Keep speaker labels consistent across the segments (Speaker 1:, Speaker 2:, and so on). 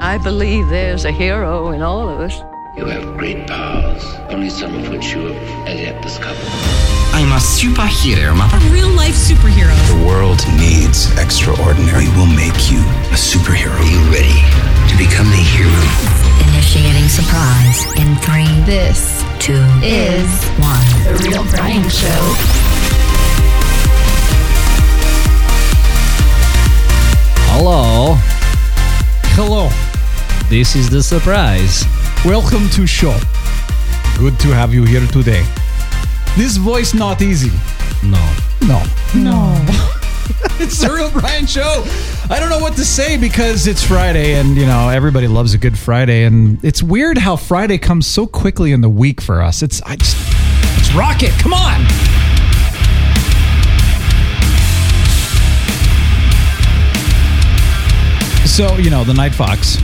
Speaker 1: I believe there's a hero in all of us.
Speaker 2: You have great powers, only some of which you have as yet discovered.
Speaker 3: I'm a superhero.
Speaker 4: A real life superhero.
Speaker 5: The world needs extraordinary. We will make you a superhero.
Speaker 2: Are you ready to become a hero?
Speaker 6: Initiating surprise in three,
Speaker 7: This
Speaker 6: two,
Speaker 7: is
Speaker 6: one.
Speaker 7: The Real Brian Show.
Speaker 8: Hello.
Speaker 9: Hello.
Speaker 8: This is the surprise.
Speaker 9: Welcome to show. Good to have you here today. This voice not easy.
Speaker 8: No.
Speaker 9: No. No. it's the real Brian show. I don't know what to say because it's Friday and you know everybody loves a good Friday and it's weird how Friday comes so quickly in the week for us. It's I just it's rocket. Come on. So, you know, the Night Fox.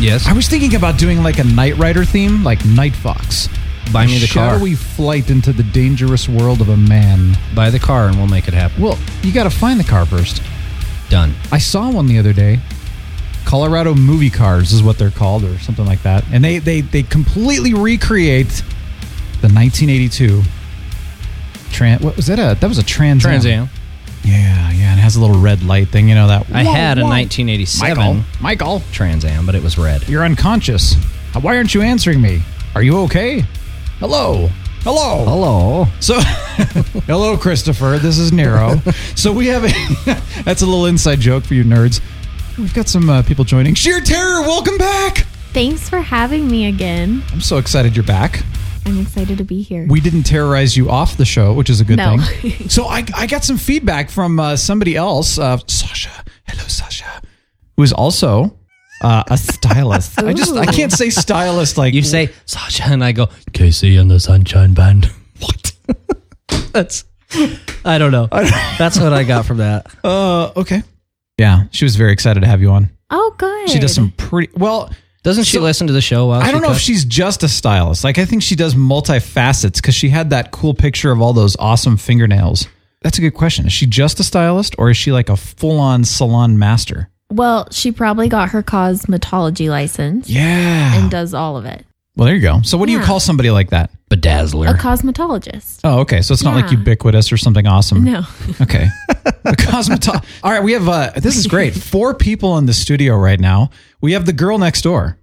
Speaker 8: Yes.
Speaker 9: I was thinking about doing like a Knight Rider theme, like Night Fox.
Speaker 8: Buy me the car.
Speaker 9: Shadowy flight into the dangerous world of a man.
Speaker 8: Buy the car and we'll make it happen.
Speaker 9: Well, you got to find the car first.
Speaker 8: Done.
Speaker 9: I saw one the other day. Colorado movie cars is what they're called, or something like that. And they they they completely recreate the 1982. Trans. What was that? A that was a Trans Am.
Speaker 8: Trans Am.
Speaker 9: Yeah, yeah. And it has a little red light thing. You know that.
Speaker 8: I
Speaker 9: Whoa,
Speaker 8: had a
Speaker 9: whoa.
Speaker 8: 1987
Speaker 9: Michael. Michael,
Speaker 8: Trans Am, but it was red.
Speaker 9: you're unconscious. Uh, Why aren't you answering me? Are you okay? Hello. Hello.
Speaker 8: Hello.
Speaker 9: So, hello, Christopher. This is Nero. so we have a. that's a little inside joke for you nerds. We've got some uh, people joining. Sheer Terror, welcome back.
Speaker 10: Thanks for having me again.
Speaker 9: I'm so excited you're back.
Speaker 10: I'm excited to be here.
Speaker 9: We didn't terrorize you off the show, which is a good
Speaker 10: No.
Speaker 9: thing. So I, I got some feedback from uh, somebody else, uh, Sasha. Hello, Sasha, who's also uh, a stylist. I just I can't say stylist like
Speaker 8: You say Sasha, and I go Casey and the Sunshine Band. What? That's. I don't know. That's what I got from that.
Speaker 9: Uh, okay. Yeah, she was very excited to have you on.
Speaker 10: oh, good.
Speaker 9: She does some pretty well.
Speaker 8: Doesn't Oh, she
Speaker 9: So-
Speaker 8: listen to the show? While
Speaker 9: I don't know if
Speaker 8: cooks?
Speaker 9: she's just a stylist. Like I think she does multifacets because she had that cool picture of all those awesome fingernails. That's a good question. Is she just a stylist or is she like a full-on salon master?
Speaker 10: Well, she probably got her cosmetology license
Speaker 9: Yeah.
Speaker 10: and does all of it.
Speaker 9: well, there you go. So what do you
Speaker 10: Yeah.
Speaker 9: call somebody like that?
Speaker 10: A
Speaker 8: bedazzler.
Speaker 10: cosmetologist.
Speaker 9: Oh, okay. So it's not like
Speaker 10: Yeah.
Speaker 9: ubiquitous or something awesome.
Speaker 10: No.
Speaker 9: Okay. A cosmeto- All right, we have uh this is great. Four people in the studio right now. We have the girl next door.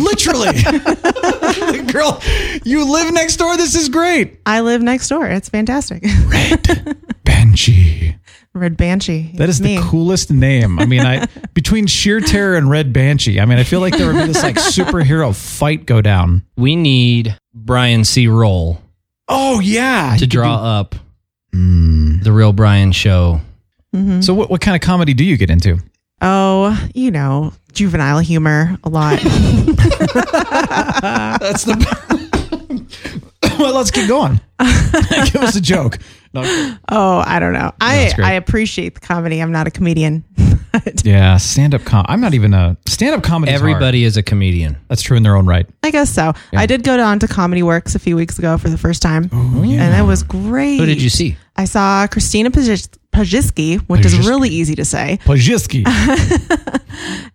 Speaker 9: Literally. The girl, you live next door. This is great.
Speaker 11: I live next door. It's fantastic.
Speaker 9: Benji.
Speaker 11: Red Banshee.
Speaker 9: That
Speaker 11: It's
Speaker 9: is
Speaker 11: me.
Speaker 9: the coolest name. I mean, I between sheer terror and red banshee. I mean, I feel like there would be this like superhero fight go down.
Speaker 8: we need Brian C. Roll
Speaker 9: Oh yeah.
Speaker 8: to draw up the real Brian show.
Speaker 9: So what, what kind of comedy do you get into?
Speaker 11: Oh, you know, juvenile humor a lot.
Speaker 9: That's the. well, let's keep going. Give us a joke. No.
Speaker 11: oh, I don't know. I
Speaker 9: That's great.
Speaker 11: I appreciate the comedy. I'm not a comedian. But
Speaker 9: Yeah, stand up com. I'm not even a stand up comedy. is hard.
Speaker 8: Everybody is a comedian.
Speaker 9: That's true in their own right.
Speaker 11: I guess so. I did go down to Comedy Works a few weeks ago for the first time.
Speaker 9: Oh,
Speaker 11: And it was great.
Speaker 8: Who did you see?
Speaker 11: I saw Christina Pajis- Pajitsky, which
Speaker 9: Pajitsky.
Speaker 11: is really easy to say.
Speaker 9: Pajitsky.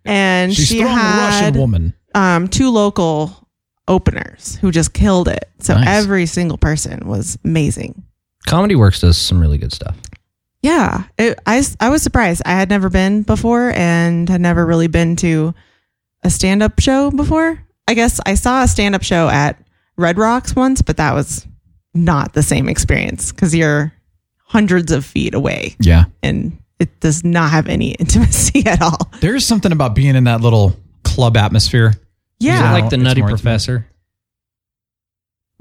Speaker 11: And
Speaker 9: She's
Speaker 11: she
Speaker 9: strong
Speaker 11: had
Speaker 9: Russian woman.
Speaker 11: um, two local openers who just killed it. So
Speaker 9: Nice.
Speaker 11: every single person was amazing.
Speaker 8: Comedy Works does some really good stuff.
Speaker 11: Yeah, it, I s- I was surprised. I had never been before and had never really been to a stand up show before. I guess I saw a stand up show at Red Rocks once, but that was not the same experience because you're hundreds of feet away
Speaker 9: Yeah.
Speaker 11: and it does not have any intimacy at all.
Speaker 9: There's something about being in that little club atmosphere.
Speaker 8: Is it
Speaker 11: Yeah,
Speaker 8: like the
Speaker 9: It's
Speaker 8: Nutty
Speaker 9: more intimate.
Speaker 8: Professor?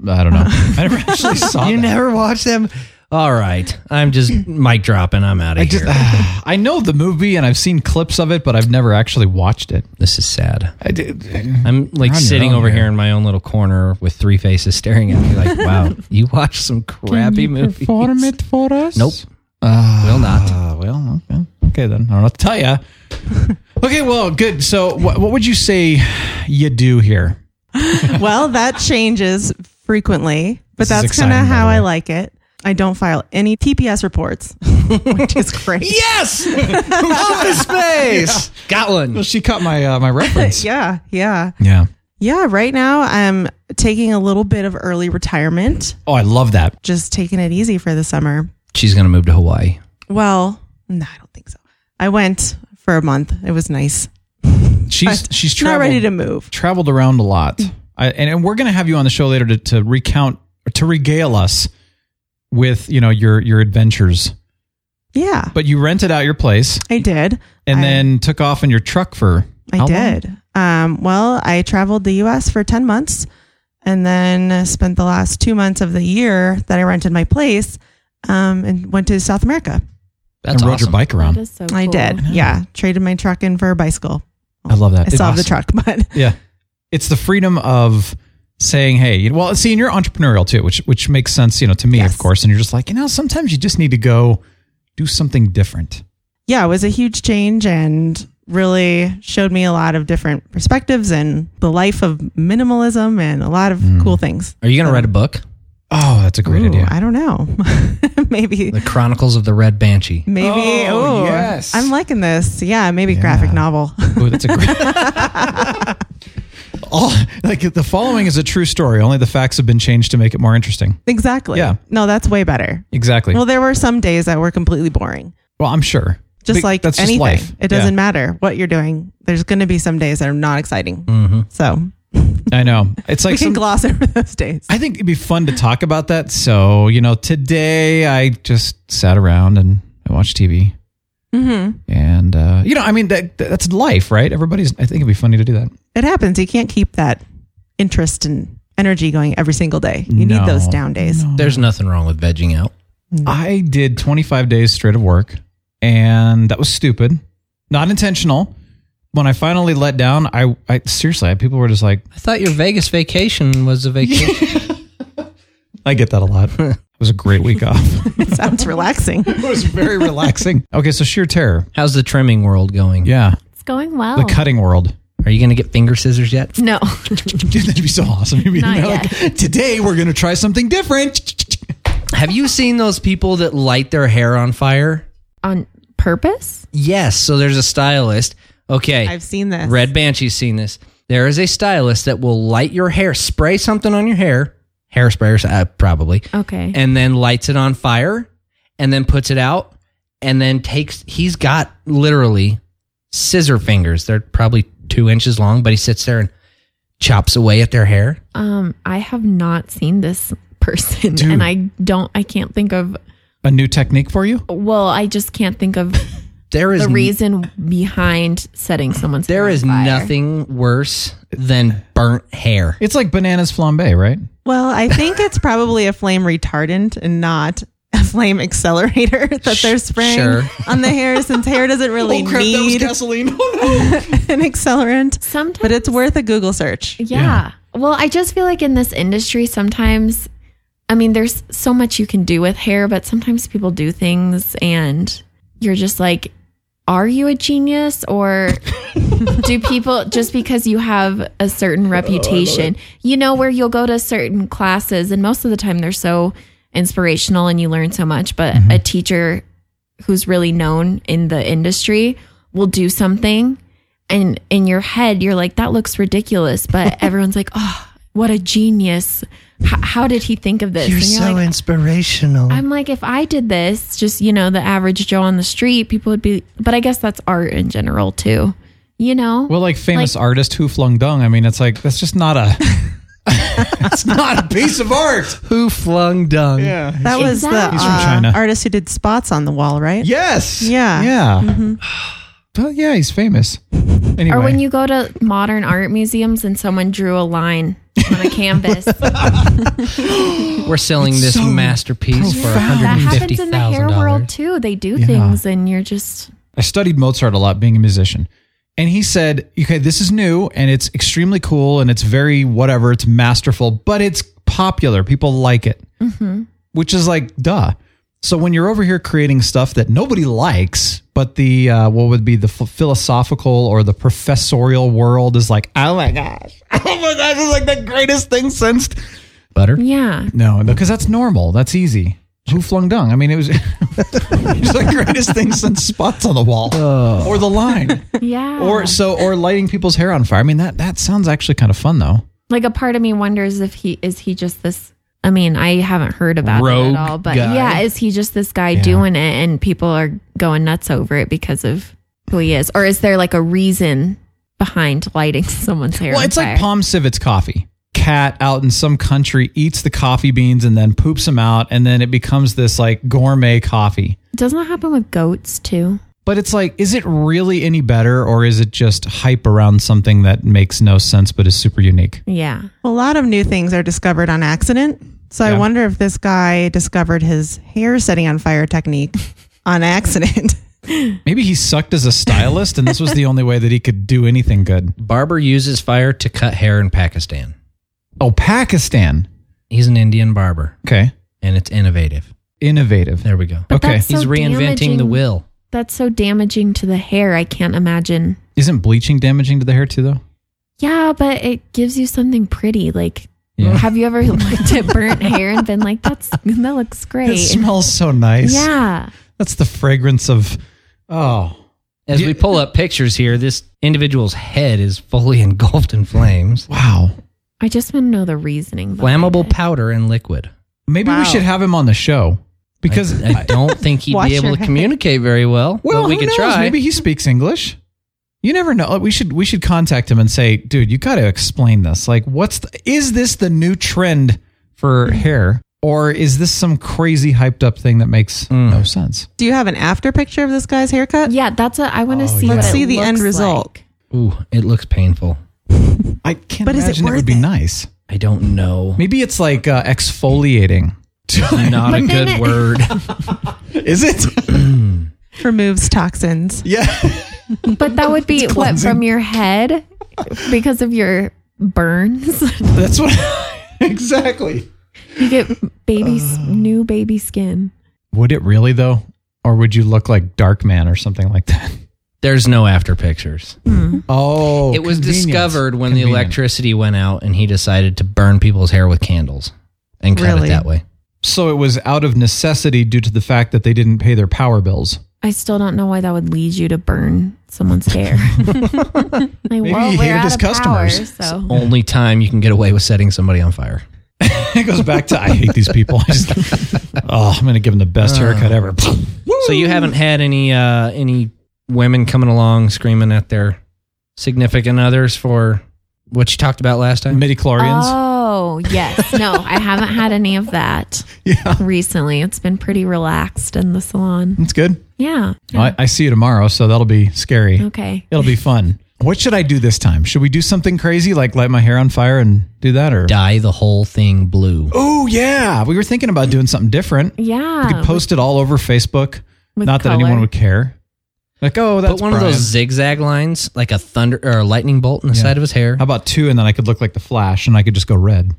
Speaker 9: I don't know. I never actually saw that.
Speaker 8: watched them? All right. I'm just mic dropping. I'm out of
Speaker 9: I
Speaker 8: here.
Speaker 9: just I know the movie and I've seen clips of it, but I've never actually watched it.
Speaker 8: this is sad.
Speaker 9: I did.
Speaker 8: I'm
Speaker 9: You're on your
Speaker 8: like sitting
Speaker 9: own
Speaker 8: over
Speaker 9: here.
Speaker 8: here in my own little corner with three faces staring at me like, wow, you watch some crappy movies.
Speaker 9: for us?
Speaker 8: Nope. Will not.
Speaker 9: Uh, well, okay. Okay, then. I don't know what to tell you. okay, well, good. So, what, what would you say you do here?
Speaker 11: well, that changes frequently,
Speaker 9: This
Speaker 11: but
Speaker 9: is
Speaker 11: that's kind
Speaker 9: exciting,
Speaker 11: of
Speaker 9: by
Speaker 11: how
Speaker 9: the way.
Speaker 11: I like it. I don't file any TPS reports. which is great.
Speaker 8: Yes!
Speaker 9: Office Space.
Speaker 8: Got one.
Speaker 9: Well, she caught my uh, my reference.
Speaker 11: Yeah, yeah.
Speaker 9: Yeah.
Speaker 11: Yeah, right now I'm taking a little bit of early retirement,
Speaker 9: Oh, I love that.
Speaker 11: just taking it easy for the summer.
Speaker 8: She's going to move to Hawaii.
Speaker 11: Well, no, I don't think so. I went for a month. It was nice.
Speaker 9: She's she's
Speaker 11: Not
Speaker 9: traveled,
Speaker 11: ready to Mm. move.
Speaker 9: traveled around a lot, I, and, and we're going to have you on the show later to, to recount to regale us with you know your your adventures.
Speaker 11: Yeah,
Speaker 9: But you rented out your place
Speaker 11: I did.
Speaker 9: and
Speaker 11: I-
Speaker 9: then took off in your truck for
Speaker 11: I
Speaker 9: how long?
Speaker 11: did. Um, well, I traveled the U.S. for 10 months and then spent the last two months of the year that I rented my place um, and went to South America.
Speaker 8: That's
Speaker 9: and rode
Speaker 8: awesome.
Speaker 9: your bike
Speaker 10: That
Speaker 9: around.
Speaker 10: is so
Speaker 11: I
Speaker 10: cool.
Speaker 11: did. Yeah. Traded my truck in for a bicycle.
Speaker 9: I love that.
Speaker 11: I still have the
Speaker 9: Awesome.
Speaker 11: truck, but
Speaker 9: Yeah, it's the freedom of saying, "Hey, you- well, see, and you're entrepreneurial too, which which makes sense, you know, to me,
Speaker 11: Yes.
Speaker 9: of course." And you're just like, you know, sometimes you just need to go do something different.
Speaker 11: yeah, it was a huge change and really showed me a lot of different perspectives and the life of minimalism and a lot of cool things.
Speaker 8: Are you going to write a book?
Speaker 9: Oh, that's a great
Speaker 11: Ooh,
Speaker 9: Hmm. idea.
Speaker 11: I don't know. maybe,
Speaker 8: The Chronicles of the Red Banshee.
Speaker 11: maybe.
Speaker 9: Oh,
Speaker 11: Oh,
Speaker 9: yes.
Speaker 11: I'm liking this. Yeah, maybe graphic novel.
Speaker 9: Ooh, that's a great. All like the following is a true story. Only the facts have been changed to make it more interesting.
Speaker 11: Exactly.
Speaker 9: Yeah.
Speaker 11: No, that's way better.
Speaker 9: Exactly.
Speaker 11: Well,
Speaker 9: Well,
Speaker 11: there were some days that were completely boring.
Speaker 9: I'm sure.
Speaker 11: Just
Speaker 9: Be-
Speaker 11: like
Speaker 9: that's
Speaker 11: anything.
Speaker 9: Just life.
Speaker 11: It doesn't matter what you're doing. There's going to be some days that are not exciting. So
Speaker 9: matter. I know. It's Mm-hmm. like
Speaker 11: we can
Speaker 9: some,
Speaker 11: gloss over those days.
Speaker 9: I think it'd be fun to talk about that. So you know, today I just sat around and I watched TV. Mm-hmm. And uh, you know, I mean, that that's life, right? Everybody's. I think it'd be funny to do that.
Speaker 11: it happens. You can't keep that interest and energy going every single day. You
Speaker 9: No.
Speaker 11: need those down days.
Speaker 8: There's nothing wrong with vegging out.
Speaker 9: I did 25 days straight of work, and that was stupid, not intentional. When I finally let down, I, I seriously, I, people were just like,
Speaker 8: I thought your Vegas vacation was a vacation.
Speaker 9: I get that a lot. it was a great week off.
Speaker 11: It sounds relaxing.
Speaker 9: it was very relaxing. Okay, so sheer terror.
Speaker 8: How's the trimming world going?
Speaker 9: Yeah,
Speaker 10: It's going well.
Speaker 9: the cutting world.
Speaker 8: Are you going to get finger scissors yet?
Speaker 10: no.
Speaker 9: Dude, that'd be so awesome. You'd be
Speaker 10: Not
Speaker 9: in there today we're gonna try something different.
Speaker 8: Have you seen those people that light their hair on fire?
Speaker 10: On purpose?
Speaker 8: Yes. So there's a stylist. Okay.
Speaker 11: I've seen this.
Speaker 8: Red Banshee's seen this. There is a stylist that will light your hair, spray something on your hair, hairspray or so- uh, probably,
Speaker 10: Okay.
Speaker 8: and then lights it on fire, and then puts it out, and then takes. He's got literally scissor fingers. They're probably two inches long, but he sits there and chops away at their hair.
Speaker 10: um, I have not seen this person and I don't I can't think of
Speaker 9: A new technique for you?
Speaker 10: well, I just can't think of
Speaker 8: There is
Speaker 10: the
Speaker 8: n-
Speaker 10: reason behind setting someone's
Speaker 8: There
Speaker 10: hair on
Speaker 8: is
Speaker 10: fire.
Speaker 8: nothing worse than burnt hair.
Speaker 9: It's like bananas flambe, right?
Speaker 11: Well, I think it's probably a flame retardant and not a flame accelerator that they're spraying
Speaker 8: Sure.
Speaker 11: on the hair since hair doesn't really
Speaker 9: Oh,
Speaker 11: need
Speaker 9: gasoline.
Speaker 11: an accelerant.
Speaker 10: Sometimes
Speaker 11: But it's worth a Google search.
Speaker 10: Yeah. Well, I just feel like in this industry, sometimes, I mean, there's so much you can do with hair, but sometimes people do things and you're just like, are you a genius or do people just because you have a certain reputation, you know, where you'll go to certain classes and most of the time they're so inspirational and you learn so much, but a teacher who's really known in the industry will do something and in your head you're like that looks ridiculous but everyone's like oh what a genius H- how did he think of this And like,
Speaker 8: inspirational.
Speaker 10: i'm like if i did this just you know the average joe on the street people would be but i guess that's art in general too you know
Speaker 9: Well, like famous artist Hu Flung Dung. I mean, it's like that's just not a. it's not a piece of art.
Speaker 8: Who flung dung?
Speaker 11: That was the
Speaker 10: Exactly.
Speaker 9: He's from
Speaker 11: uh,
Speaker 9: China.
Speaker 11: artist who did spots on the wall, right?
Speaker 9: Yes.
Speaker 11: Yeah.
Speaker 9: Yeah. Well, yeah, he's famous. Anyway,
Speaker 10: Mm-hmm. or when you go to modern art museums and someone drew a line on a canvas that
Speaker 8: We're selling this
Speaker 9: so
Speaker 8: masterpiece for one
Speaker 9: profound.
Speaker 8: hundred and fifty
Speaker 10: happens in the hair
Speaker 8: thousand
Speaker 10: world
Speaker 8: dollars.
Speaker 10: too they do things and you're just
Speaker 9: I studied Mozart a lot, being a musician, and he said, "Okay, this is new, and it's extremely cool, and it's very whatever. It's masterful, but it's popular. People like it, which is like duh." So when you're over here creating stuff that nobody likes, but the uh, what would be the ph- philosophical or the professorial world is like, oh my gosh, oh my gosh, it's like the greatest thing since
Speaker 8: Butter.
Speaker 10: yeah
Speaker 9: no, because that's normal. That's easy. Who flung dung? I mean, it was it's the greatest thing since spots on the wall or the line
Speaker 10: Yeah.
Speaker 9: or so or lighting people's hair on fire. I mean, that that sounds actually kind of fun though.
Speaker 10: like a part of me wonders if he is he just this I mean, I haven't heard about it
Speaker 8: Rogue
Speaker 10: at all, but
Speaker 8: guy.
Speaker 10: yeah, is he just this guy doing it and people are going nuts over it because of who he is? Or is there like a reason behind lighting someone's hair?
Speaker 9: Well,
Speaker 10: on
Speaker 9: it's
Speaker 10: fire?
Speaker 9: like Palm Civet's coffee. Cat out in some country eats the coffee beans and then poops them out, and then it becomes this like gourmet coffee.
Speaker 10: Doesn't that happen with goats too?
Speaker 9: But it's like, is it really any better, or is it just hype around something that makes no sense but is super unique?
Speaker 10: Yeah.
Speaker 11: Well, a lot of new things are discovered on accident. So
Speaker 9: Yeah.
Speaker 11: I wonder if this guy discovered his hair setting on fire technique on accident.
Speaker 9: Maybe he sucked as a stylist, and this was the only way that he could do anything good.
Speaker 8: Barber uses fire to cut hair in Pakistan.
Speaker 9: Oh, Pakistan.
Speaker 8: He's an Indian barber,
Speaker 9: Okay,
Speaker 8: and it's innovative.
Speaker 9: innovative.
Speaker 8: There we go.
Speaker 10: But
Speaker 9: Okay.
Speaker 10: that's so
Speaker 8: He's reinventing
Speaker 10: damaging.
Speaker 8: the will.
Speaker 10: That's so damaging to the hair. I can't imagine.
Speaker 9: Isn't bleaching damaging to the hair too, though?
Speaker 10: Yeah, but it gives you something pretty. Like,
Speaker 9: Yeah.
Speaker 10: have you ever looked at burnt hair and been like, "That's that looks
Speaker 9: It
Speaker 10: great."
Speaker 9: smells so nice.
Speaker 10: Yeah.
Speaker 9: that's the fragrance of. Oh,
Speaker 8: As
Speaker 9: Yeah.
Speaker 8: we pull up pictures here, this individual's head is fully engulfed in flames,
Speaker 9: wow.
Speaker 10: I just want to know the reasoning. behind
Speaker 8: flammable
Speaker 10: it.
Speaker 8: powder and liquid.
Speaker 9: Maybe
Speaker 11: Wow.
Speaker 9: we should have him on the show because
Speaker 8: I don't think he'd
Speaker 11: Watch
Speaker 8: be able
Speaker 11: your
Speaker 8: to
Speaker 11: head.
Speaker 8: communicate very well.
Speaker 9: well,
Speaker 8: but we
Speaker 9: who
Speaker 8: could
Speaker 9: knows?
Speaker 8: try.
Speaker 9: Maybe he speaks English. You never know. We should we should contact him and say, dude, you got to explain this. Like, what's the, is this the new trend for hair, or is this some crazy hyped up thing that makes no sense?
Speaker 11: Do you have an after picture of this guy's haircut?
Speaker 10: Yeah, that's what I want to
Speaker 9: Oh,
Speaker 10: see.
Speaker 9: yeah.
Speaker 10: what
Speaker 11: Let's
Speaker 10: it
Speaker 11: see the end
Speaker 10: looks
Speaker 11: result.
Speaker 10: like.
Speaker 8: Ooh, it looks painful.
Speaker 9: I can't
Speaker 11: But is it
Speaker 9: imagine it,
Speaker 11: worth
Speaker 9: would be
Speaker 11: it?
Speaker 9: nice.
Speaker 8: I don't know.
Speaker 9: Maybe it's like uh, exfoliating.
Speaker 8: Not a
Speaker 10: But then
Speaker 8: good
Speaker 10: it-
Speaker 8: word.
Speaker 9: is it?
Speaker 11: Removes toxins.
Speaker 9: yeah.
Speaker 10: But that would be what from your head because of your burns.
Speaker 9: That's what. exactly.
Speaker 10: you get baby
Speaker 9: Uh.
Speaker 10: s new baby skin.
Speaker 9: Would it really though, or would you look like Dark Man or something like that?
Speaker 8: There's no after pictures.
Speaker 9: Oh,
Speaker 8: it was
Speaker 9: convenient.
Speaker 8: discovered when the
Speaker 9: Convenient.
Speaker 8: electricity went out and he decided to burn people's hair with candles and cut
Speaker 11: Really?
Speaker 8: it that way.
Speaker 9: So it was out of necessity due to the fact that they didn't pay their power bills.
Speaker 10: I still don't know why that would lead you to burn someone's hair. like, Maybe well,
Speaker 9: he
Speaker 10: we're
Speaker 9: hated
Speaker 10: out
Speaker 9: his
Speaker 10: of power,
Speaker 9: customers.
Speaker 11: Hmm.
Speaker 10: so
Speaker 8: Only time you can get away with setting somebody on fire.
Speaker 9: it goes back to I hate these people. I just, oh, I'm going to give them the best haircut ever.
Speaker 8: So you haven't had any uh, any women coming along screaming at their significant others for what you talked about last time?
Speaker 9: Midi chlorians.
Speaker 10: Oh yes, no, I haven't had any of that
Speaker 9: yeah,
Speaker 10: recently. It's been pretty relaxed in the salon.
Speaker 9: that's good.
Speaker 10: Yeah.
Speaker 9: I, I see you tomorrow, so that'll be scary.
Speaker 10: Okay.
Speaker 9: It'll be fun. What should I do this time? Should we do something crazy like light my hair on fire and do that, or?
Speaker 8: Dye the whole thing blue.
Speaker 9: Oh yeah, we were thinking about doing something different.
Speaker 10: Yeah.
Speaker 9: We could post it all over Facebook.
Speaker 10: With
Speaker 9: Not that
Speaker 10: color.
Speaker 9: anyone would care. Like, oh, that's
Speaker 8: Put one of
Speaker 9: Brian.
Speaker 8: those zigzag lines, like a thunder or a lightning bolt in the side of his hair.
Speaker 9: How about two, and then I could look like the Flash, and I could just go red.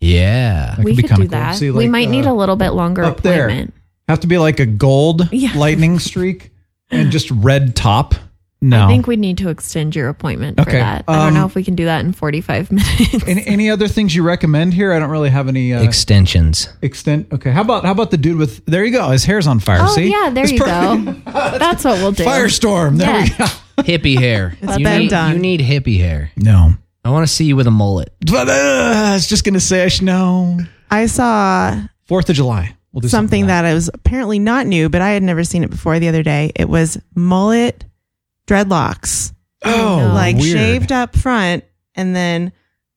Speaker 8: Yeah.
Speaker 9: That
Speaker 10: we
Speaker 9: be
Speaker 10: could
Speaker 9: kinda
Speaker 10: do
Speaker 9: cool.
Speaker 10: that.
Speaker 9: See,
Speaker 10: we
Speaker 9: like,
Speaker 10: might
Speaker 9: uh,
Speaker 10: need a little bit longer
Speaker 9: up there.
Speaker 10: appointment.
Speaker 9: Have to be like a gold
Speaker 10: Yeah.
Speaker 9: lightning streak and just red top. No.
Speaker 10: I think we need to extend your appointment for
Speaker 9: Okay,
Speaker 10: that. I don't
Speaker 9: um,
Speaker 10: know if we can do that in 45 minutes.
Speaker 9: any, any other things you recommend here? I don't really have any uh,
Speaker 8: Extensions.
Speaker 9: extent. Okay, how about how about the dude with? There you go. His hair's on fire.
Speaker 10: oh,
Speaker 9: see?
Speaker 10: yeah, there
Speaker 9: It's
Speaker 10: you
Speaker 9: perfect.
Speaker 10: go. That's what we'll do.
Speaker 9: Firestorm. There we go.
Speaker 10: Yeah.
Speaker 8: hippie hair.
Speaker 11: It's
Speaker 8: you,
Speaker 11: been
Speaker 8: need,
Speaker 11: done.
Speaker 8: you need hippie hair.
Speaker 9: No.
Speaker 8: I want to see you with a mullet.
Speaker 9: But, uh, I was just gonna say I should know.
Speaker 11: I saw
Speaker 9: Fourth of July. We'll do
Speaker 11: something
Speaker 9: something,
Speaker 11: that is apparently not new, but I had never seen it before the other day. It was mullet dreadlocks,
Speaker 9: oh,
Speaker 11: like
Speaker 9: weird.
Speaker 11: shaved up front and then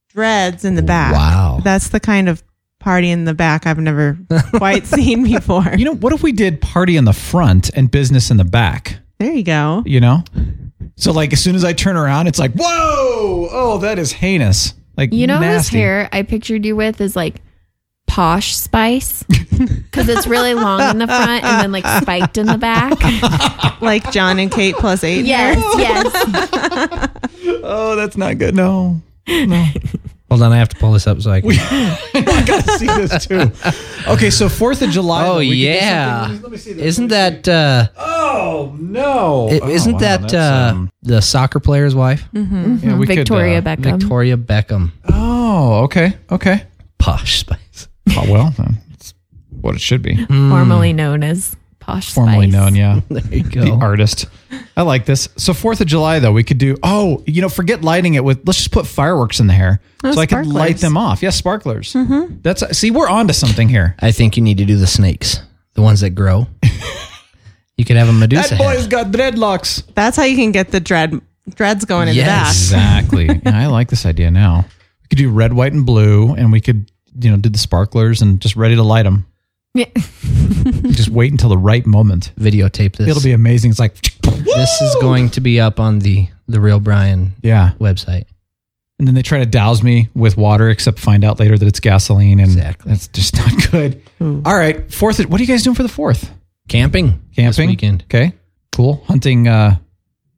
Speaker 11: dreads in the back.
Speaker 8: Wow.
Speaker 11: That's the kind of party in the back I've never quite seen before.
Speaker 9: You know, what if we did party in the front and business in the back?
Speaker 11: there you go.
Speaker 9: you know so like as soon as i turn around it's like whoa oh that is heinous like
Speaker 10: You know whose
Speaker 9: nasty.
Speaker 10: hair I pictured you with is like posh spice because it's really long in the front and then like spiked in the back.
Speaker 11: Like John and Kate plus eight.
Speaker 10: yes, yes.
Speaker 9: oh that's not good no
Speaker 8: Hold on, I have to pull this up so I can.
Speaker 9: i gotta see this too okay so fourth of july
Speaker 8: oh
Speaker 9: though, we could do
Speaker 8: yeah.
Speaker 9: something- let me see this.
Speaker 8: Isn't that uh,
Speaker 9: oh no
Speaker 8: it-
Speaker 9: Oh,
Speaker 8: isn't
Speaker 9: wow,
Speaker 8: that
Speaker 9: that's,
Speaker 8: uh,
Speaker 9: um,
Speaker 8: the soccer player's wife,
Speaker 9: Mm-hmm. yeah, we could,
Speaker 10: Victoria
Speaker 9: uh,
Speaker 10: Beckham.
Speaker 8: Victoria Beckham?
Speaker 9: oh okay okay
Speaker 8: Posh spice.
Speaker 9: oh well then. what it should be.
Speaker 10: formerly
Speaker 9: Hmm.
Speaker 10: known as Posh
Speaker 12: Formerly
Speaker 10: Spice.
Speaker 12: known, yeah.
Speaker 8: There you
Speaker 9: The
Speaker 8: go.
Speaker 9: artist. I like this. So Fourth of July though, we could do. Oh, you know, forget lighting it with. Let's just put fireworks in the hair,
Speaker 11: Oh,
Speaker 9: so I could light
Speaker 11: sparklers.
Speaker 9: them off. Yeah, sparklers. Mm-hmm. That's see, we're onto something here.
Speaker 8: I think you need to do the snakes, the ones that grow. you could have a
Speaker 9: That
Speaker 8: Medusa.
Speaker 9: boy's
Speaker 8: head.
Speaker 9: got dreadlocks.
Speaker 11: That's how you can get the dread dreads going in
Speaker 8: Yes.
Speaker 11: the back.
Speaker 9: Exactly. Yeah, I like this idea now. We could do red, white, and blue, and we could, you know, do the sparklers and just ready to light them.
Speaker 10: Yeah.
Speaker 9: just wait until the right moment.
Speaker 8: Videotape this.
Speaker 9: It'll be amazing. It's like,
Speaker 8: this is going to be up on the the real Brian
Speaker 9: yeah.
Speaker 8: website.
Speaker 9: And then they try to douse me with water, except find out later that it's gasoline, and
Speaker 8: Exactly.
Speaker 9: that's just not good. All right, fourth. What are you guys doing for the fourth?
Speaker 8: Camping. this
Speaker 9: Camping
Speaker 8: weekend.
Speaker 9: Okay, cool. Hunting uh,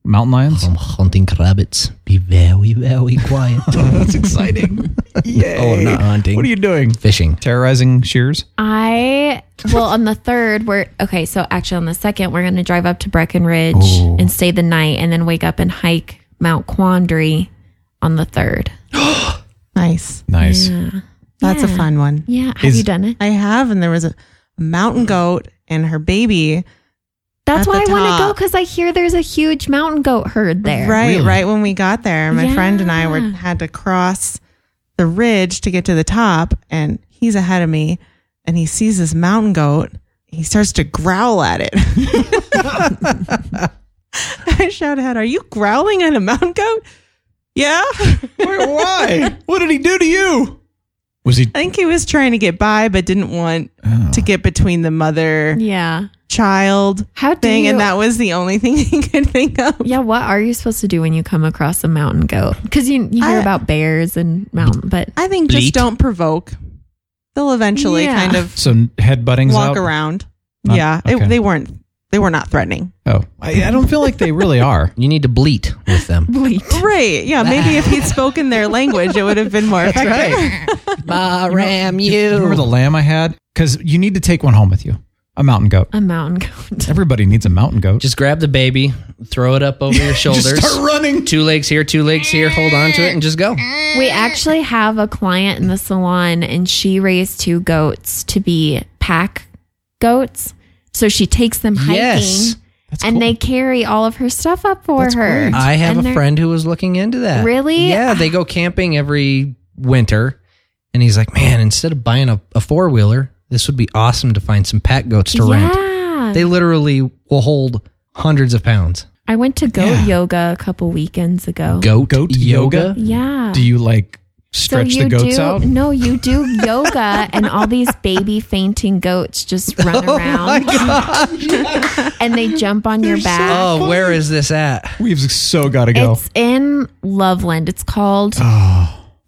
Speaker 9: mountain lions.
Speaker 8: I'm hunting rabbits. Be very very quiet.
Speaker 9: that's exciting. Yay!
Speaker 8: Oh, I'm not hunting.
Speaker 9: What are you doing?
Speaker 8: Fishing.
Speaker 9: Terrorizing shears.
Speaker 10: I well on the third we're okay. So actually on the second we're going to drive up to Breckenridge
Speaker 11: Oh.
Speaker 10: and stay the night, and then wake up and hike Mount Quandary on the third.
Speaker 11: Nice.
Speaker 9: Nice.
Speaker 11: That's a fun one.
Speaker 10: Yeah, have
Speaker 9: Is-
Speaker 10: you done it?
Speaker 11: I have, and there was a mountain goat and her baby.
Speaker 10: That's
Speaker 11: at
Speaker 10: why I
Speaker 11: the
Speaker 10: want to go
Speaker 11: top.
Speaker 10: because I hear there's a huge mountain goat herd there.
Speaker 11: Right, right when we got there, my friend and I were
Speaker 10: Yeah.
Speaker 11: had to cross the ridge to get to the top, and he's ahead of me, and he sees this mountain goat. He starts to growl at it. I shout out, "Are you growling at a mountain goat?" Yeah, I
Speaker 9: Wait, why? what did he do to you? Was he?
Speaker 11: think he was trying to get by, but didn't want
Speaker 9: Oh.
Speaker 11: to get between the mother
Speaker 10: Yeah.
Speaker 11: child
Speaker 10: How do
Speaker 11: thing,
Speaker 10: you-
Speaker 11: and that was the only thing he could think of.
Speaker 10: Yeah, what are you supposed to do when you come across a mountain goat? Because you, you hear
Speaker 11: I-
Speaker 10: about bears and mountain, but
Speaker 11: I think
Speaker 8: Bleat.
Speaker 11: just don't provoke. They'll eventually
Speaker 10: Yeah.
Speaker 11: kind of
Speaker 9: So headbuttings
Speaker 11: walk
Speaker 9: out?
Speaker 11: around.
Speaker 9: Not-
Speaker 11: yeah, it-
Speaker 9: okay.
Speaker 11: they weren't. They were not threatening.
Speaker 9: Oh, I, I don't feel like they really are.
Speaker 8: You need to bleat with them.
Speaker 10: bleat.
Speaker 11: Right? Yeah. Maybe if he'd spoken their language, it would have been more effective.
Speaker 8: Bah, ram
Speaker 9: Remember the
Speaker 8: you.
Speaker 9: lamb I had? Because you need to take one home with you. A mountain goat.
Speaker 10: A mountain goat.
Speaker 9: Everybody needs a mountain goat.
Speaker 8: Just grab the baby, throw it up over your shoulders.
Speaker 9: start running.
Speaker 8: Two legs here, two legs here. Hold on to it and just go.
Speaker 10: We actually have a client in the salon, and she raised two goats to be pack goats. So she takes them hiking,
Speaker 8: Yes.
Speaker 10: and they carry all of her stuff up for her.
Speaker 8: I have
Speaker 10: And
Speaker 8: a
Speaker 10: they're-
Speaker 8: friend who was looking into that.
Speaker 10: Really?
Speaker 8: Yeah, they go camping every winter, and he's like, "Man, instead of buying a, a four wheeler, this would be awesome to find some pack goats to rent.
Speaker 10: Yeah,
Speaker 8: They literally will hold hundreds of pounds.
Speaker 10: I went to goat
Speaker 9: Yeah.
Speaker 10: yoga a couple weekends ago.
Speaker 8: Goat,
Speaker 9: Goat yoga?
Speaker 10: Yeah.
Speaker 9: Do you like stretch the goats
Speaker 10: do,
Speaker 9: out?
Speaker 10: No, you do yoga, and all these baby fainting goats just run
Speaker 9: Oh
Speaker 10: around, and they jump on your back.
Speaker 8: Oh, where is this at?
Speaker 9: We've so got to go.
Speaker 10: it's in Loveland. It's called.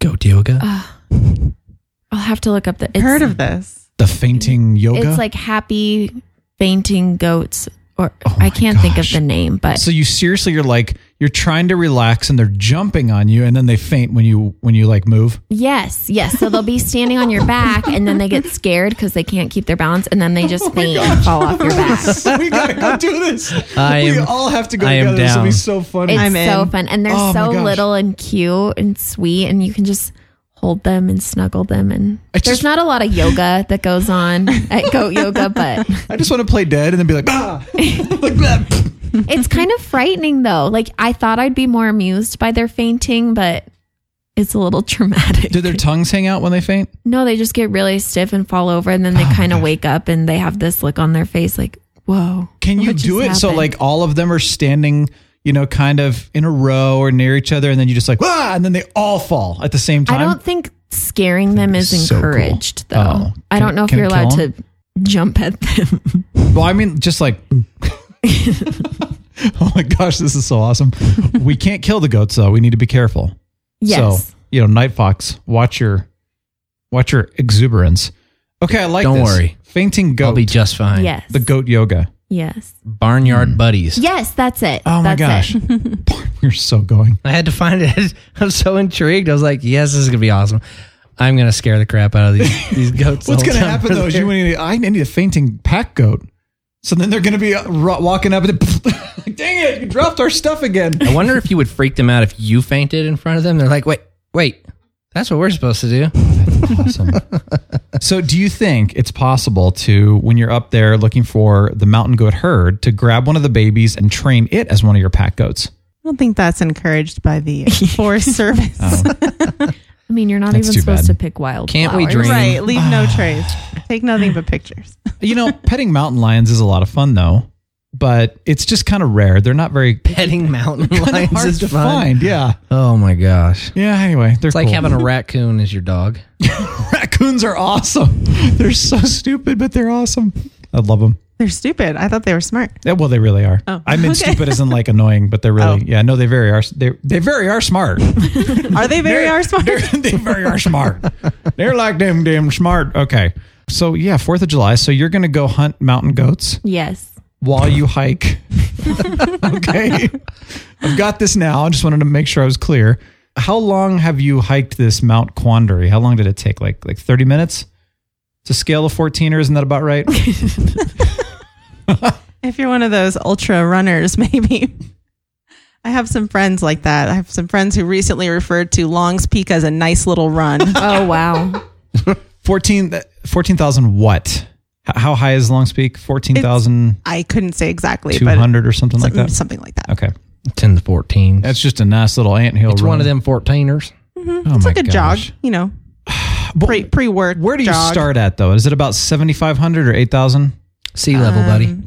Speaker 8: Goat yoga.
Speaker 10: Uh, I'll have to look up the. It's,
Speaker 11: Heard of this?
Speaker 9: the fainting yoga.
Speaker 10: It's like happy fainting goats, or I can't think of
Speaker 9: Oh gosh.
Speaker 10: the name, but
Speaker 9: so you seriously, you're like you're trying to relax, and they're jumping on you, and then they faint when you when you like move.
Speaker 10: yes, yes. So they'll be standing on your back, and then they get scared because they can't keep their balance, and
Speaker 9: Oh
Speaker 10: then they just faint and fall off your back.
Speaker 9: we gotta go do this.
Speaker 8: I am- I am down.
Speaker 9: funny.
Speaker 10: It's
Speaker 11: I'm in.
Speaker 10: so fun. And they're
Speaker 9: Oh, my
Speaker 10: so
Speaker 9: gosh.
Speaker 10: little and cute and sweet and you can just hold them and snuggle them and
Speaker 9: It's
Speaker 10: there's
Speaker 9: just-
Speaker 10: not a lot of yoga that goes on at goat yoga, but
Speaker 9: I just want to play dead and then be like, ah, like that.
Speaker 10: it's kind of frightening though. Like I thought I'd be more amused by their fainting, but it's a little traumatic.
Speaker 9: Do their tongues hang out when they faint?
Speaker 10: no, they just get really stiff and fall over and then
Speaker 9: Oh,
Speaker 10: they kind of wake up and they have this look on their face like, whoa.
Speaker 9: Can you
Speaker 10: what just
Speaker 9: do it so
Speaker 10: happened?
Speaker 9: like all of them are standing, you know, kind of in a row or near each other, and then you just like, ah, and then they all fall at the same
Speaker 10: I
Speaker 9: time?
Speaker 10: don't think scaring them is
Speaker 9: so cool.
Speaker 10: encouraged though.
Speaker 9: Oh.
Speaker 10: I
Speaker 9: Can-
Speaker 10: don't know if
Speaker 9: can
Speaker 10: you're
Speaker 9: it kill
Speaker 10: allowed
Speaker 9: 'em?
Speaker 10: to jump at them.
Speaker 9: well, I mean, just like. oh my gosh, this is so awesome. we can't kill the goats though. We need to be careful.
Speaker 10: Yes.
Speaker 9: So you know, night fox, watch your, watch your exuberance. Okay, I like.
Speaker 8: Don't
Speaker 9: this.
Speaker 8: worry.
Speaker 9: fainting goat.
Speaker 8: I'll be just fine.
Speaker 10: yes.
Speaker 9: the goat yoga.
Speaker 10: Yes.
Speaker 8: Barnyard buddies.
Speaker 10: Yes, that's it.
Speaker 9: Oh my
Speaker 10: That's
Speaker 9: gosh,
Speaker 10: it.
Speaker 9: we're so going.
Speaker 8: I had to find it. I'm so intrigued. I was like, yes, this is gonna be awesome. I'm gonna scare the crap out of these these goats. the
Speaker 9: What's
Speaker 8: whole
Speaker 9: going to
Speaker 8: time
Speaker 9: happen
Speaker 8: we're
Speaker 9: though is
Speaker 8: there.
Speaker 9: you need, I need a fainting pack goat. So then they're going to be uh, ro- walking up and then, dang it, you dropped our stuff again.
Speaker 8: I wonder if you would freak them out if you fainted in front of them. They're like, wait, wait, That's what we're supposed to do.
Speaker 9: Awesome. so, do you think it's possible to, when you're up there looking for the mountain goat herd, to grab one of the babies and train it as one of your pack goats?
Speaker 11: I don't think that's encouraged by the Forest Service.
Speaker 9: Oh,
Speaker 10: I mean, you're not
Speaker 9: That's
Speaker 10: even
Speaker 9: too bad.
Speaker 10: supposed to pick wild.
Speaker 8: Can't we
Speaker 10: flowers.
Speaker 8: dream?
Speaker 11: Right. Leave no
Speaker 9: Ah.
Speaker 11: trace. Take nothing but pictures.
Speaker 9: You know, petting mountain lions is a lot of fun, though, but it's just kind of rare. They're not very
Speaker 8: Petting mountain lions
Speaker 9: hard
Speaker 8: is
Speaker 9: to
Speaker 8: fun.
Speaker 9: find. Yeah.
Speaker 8: Oh my gosh.
Speaker 9: Yeah. Anyway, they're
Speaker 8: It's like
Speaker 9: cool.
Speaker 8: having a raccoon as your dog.
Speaker 9: raccoons are awesome. They're so stupid, but they're awesome. I love them.
Speaker 11: They're stupid. I thought they were smart.
Speaker 9: Yeah, well, they really are.
Speaker 11: Oh,
Speaker 9: I mean,
Speaker 11: okay.
Speaker 9: stupid isn't like annoying, but they're
Speaker 8: Oh.
Speaker 9: really. Yeah, no, they very are. They they very are smart.
Speaker 11: Are they very are smart?
Speaker 9: They're, they very are smart. They're like damn damn smart. Okay, so yeah, Fourth of July. So you're gonna go hunt mountain goats
Speaker 10: Yes.
Speaker 9: while you hike. okay, I've got this now. I just wanted to make sure I was clear. How long have you hiked this Mount Quandary? How long did it take? Like like thirty minutes? It's a scale of fourteen, or isn't that about right?
Speaker 11: If you're one of those ultra runners, maybe. I have some friends like that. I have some friends who recently referred to Long's Peak as a nice little run.
Speaker 10: Oh wow.
Speaker 9: 14 14,000 what? H- How high is Long's Peak? 14,200
Speaker 11: I couldn't say exactly, but something,
Speaker 9: or something like that?
Speaker 11: something like that.
Speaker 9: Okay.
Speaker 8: 10 to 14.
Speaker 9: That's just a nice little anthill
Speaker 8: it's
Speaker 9: run.
Speaker 8: one of them 14ers.
Speaker 9: Oh
Speaker 11: Mm, It's
Speaker 9: my
Speaker 11: like a
Speaker 9: gosh.
Speaker 11: jog, you know,
Speaker 9: But
Speaker 11: pre pre work.
Speaker 9: Where do you start at though? Is it about 7,500 or 8,000?
Speaker 8: Sea
Speaker 9: Um,
Speaker 8: level, buddy.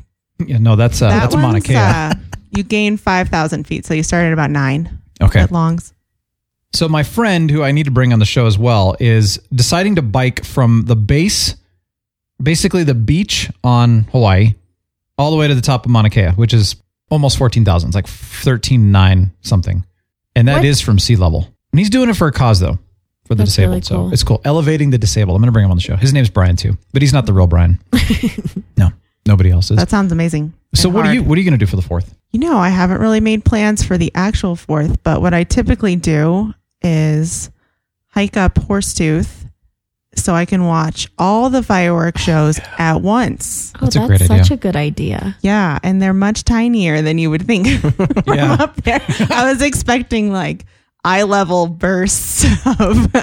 Speaker 9: Yeah, no, that's uh,
Speaker 11: Um, That
Speaker 9: that's Mauna
Speaker 11: one's,
Speaker 9: Kea.
Speaker 11: uh, you gain five thousand feet, so you start at about nine
Speaker 9: okay.
Speaker 11: at Long's.
Speaker 9: So my friend who I need to bring on the show as well is deciding to bike from the base basically the beach on Hawaii all the way to the top of Mauna Kea, which is almost 14,000, it's like 13.9 something. And that is
Speaker 10: What?
Speaker 9: from sea level. And he's doing it for a cause though, for the
Speaker 10: That's
Speaker 9: disabled.
Speaker 10: really
Speaker 9: So
Speaker 10: cool.
Speaker 9: it's cool. Elevating the disabled. I'm going to bring him on the show. His name's Brian too, but he's not the real Brian. no, nobody else is.
Speaker 11: That sounds amazing.
Speaker 9: so
Speaker 11: and
Speaker 9: what are
Speaker 11: hard.
Speaker 9: you what are you going to do for the 4th?
Speaker 11: You know, I haven't really made plans for the actual fourth, but what I typically do is hike up Horsetooth so I can watch all the fireworks shows at once.
Speaker 10: Oh,
Speaker 9: That's
Speaker 10: that's,
Speaker 9: a great idea.
Speaker 10: such a good idea.
Speaker 11: Yeah, and they're much tinier than you would think from
Speaker 9: Yeah.
Speaker 11: up there. I was expecting like eye level bursts of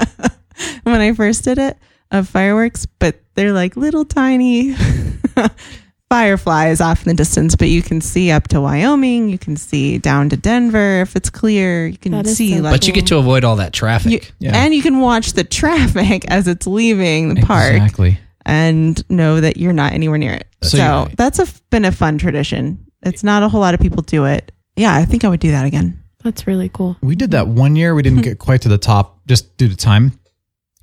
Speaker 11: when I first did it of fireworks, but they're like little tiny fireflies off in the distance, but you can see up to Wyoming, you can see down to Denver if it's clear. You can
Speaker 10: That is
Speaker 11: see
Speaker 10: so
Speaker 11: like
Speaker 8: But you get to avoid all that traffic.
Speaker 11: you-
Speaker 9: Yeah.
Speaker 11: and you can watch the traffic as it's leaving the park
Speaker 9: Exactly.
Speaker 11: and know that you're not anywhere near it.
Speaker 9: So
Speaker 11: So,
Speaker 9: you're-
Speaker 11: that's a, been a fun tradition. It's not a whole lot of people do it. Yeah, I think I would do that again.
Speaker 10: That's really cool.
Speaker 9: We did that one year. We didn't get quite to the top just due to time.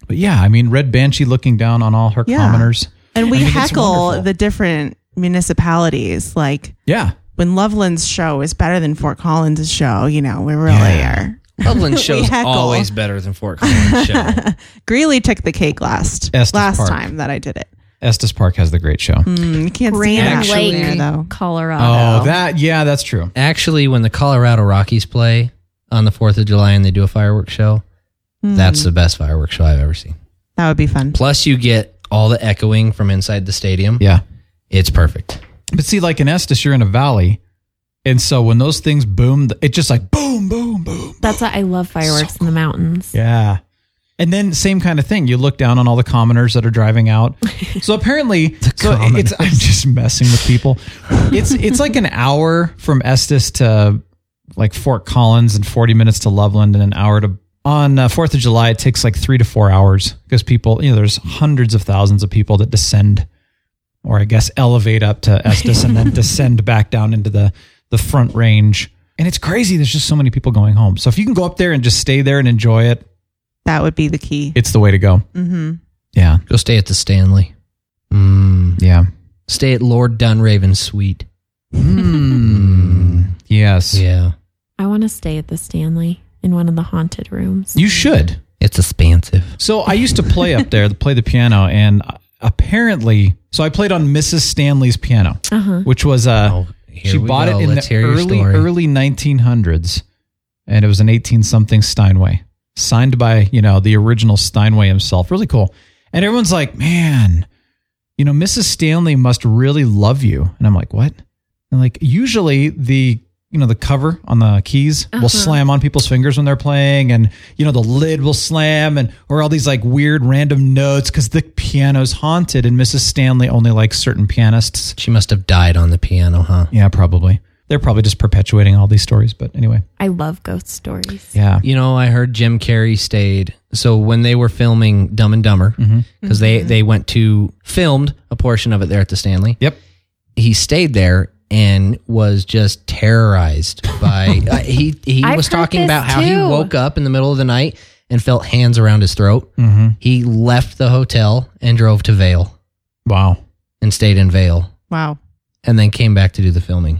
Speaker 9: But yeah, I mean, Red Banshee looking down on all her
Speaker 11: Yeah.
Speaker 9: commoners.
Speaker 11: And we
Speaker 9: I think it's
Speaker 11: heckle
Speaker 9: wonderful.
Speaker 11: the different municipalities. Like
Speaker 9: Yeah.
Speaker 11: when Loveland's show is better than Fort Collins' show, you know, we really are.
Speaker 8: Loveland show's
Speaker 11: heckle.
Speaker 8: always better than Fort Collins show.
Speaker 11: Greeley took the cake last
Speaker 9: Estes
Speaker 11: last
Speaker 9: Park.
Speaker 11: time that I did it.
Speaker 9: Estes Park has the great show.
Speaker 11: Mm, you can't see
Speaker 10: Grand
Speaker 11: it actually
Speaker 10: Lake,
Speaker 11: there though.
Speaker 10: Colorado.
Speaker 9: Oh, that, yeah, that's true.
Speaker 8: Actually, when the Colorado Rockies play on the 4th of July and they do a fireworks show, that's the best fireworks show I've ever seen.
Speaker 11: That would be fun.
Speaker 8: Plus, you get all the echoing from inside the stadium.
Speaker 9: Yeah.
Speaker 8: It's perfect.
Speaker 9: But see, like in Estes, you're in a valley. And so when those things boom, it just like boom, boom, boom.
Speaker 10: That's why I love fireworks in the mountains.
Speaker 9: Yeah. And then same kind of thing. You look down on all the commoners that are driving out. So apparently, so it's I'm just messing with people. It's it's like an hour from Estes to like Fort Collins and 40 minutes to Loveland and an hour to on uh, 4th of July it takes like 3 to 4 hours because people, you know, there's hundreds of thousands of people that descend or I guess elevate up to Estes and then descend back down into the the front range. And it's crazy. There's just so many people going home. So if you can go up there and just stay there and enjoy it,
Speaker 11: That would be the key.
Speaker 9: it's the way to go.
Speaker 11: hmm
Speaker 9: Yeah.
Speaker 8: Go stay at the Stanley. Mm.
Speaker 9: Yeah.
Speaker 8: Stay at Lord Dunraven's suite.
Speaker 9: Mm. yes.
Speaker 8: Yeah.
Speaker 10: I want to stay at the Stanley in one of the haunted rooms.
Speaker 9: You should.
Speaker 8: It's expansive.
Speaker 9: So I used to play up there, play the piano, and apparently, so I played on Mrs. Stanley's piano,
Speaker 10: Uh-huh.
Speaker 9: which was uh,
Speaker 8: Oh, here
Speaker 9: she
Speaker 8: we
Speaker 9: bought
Speaker 8: go.
Speaker 9: it in
Speaker 8: Let's
Speaker 9: the
Speaker 8: hear your
Speaker 9: early
Speaker 8: story.
Speaker 9: early 1900s, and it was an 18 something Steinway, signed by you know the original Steinway himself. Really cool. And everyone's like, man, you know, Mrs. Stanley must really love you. And I'm like, what? And like, usually the you know, the cover on the keys will slam on people's fingers when they're playing, and you know, the lid will slam, and or all these like weird random notes because the piano's haunted, and Mrs. Stanley only likes certain pianists.
Speaker 8: She must have died on the piano, huh?
Speaker 9: Yeah, probably. They're probably just perpetuating all these stories, but anyway,
Speaker 10: I love ghost stories.
Speaker 9: yeah.
Speaker 8: You know, I heard Jim Carrey stayed. So when they were filming Dumb and Dumber, because
Speaker 9: Mm-hmm.
Speaker 8: they they went to filmed a portion of it there at the Stanley.
Speaker 9: Yep.
Speaker 8: He stayed there and was just terrorized by uh, he he
Speaker 10: I've
Speaker 8: was
Speaker 10: heard
Speaker 8: talking
Speaker 10: this
Speaker 8: about how he
Speaker 10: too.
Speaker 8: woke up in the middle of the night and felt hands around his throat.
Speaker 9: Mm-hmm.
Speaker 8: He left the hotel and drove to Vale
Speaker 9: Wow.
Speaker 8: and stayed in Vale
Speaker 11: Wow.
Speaker 8: and then came back to do the filming.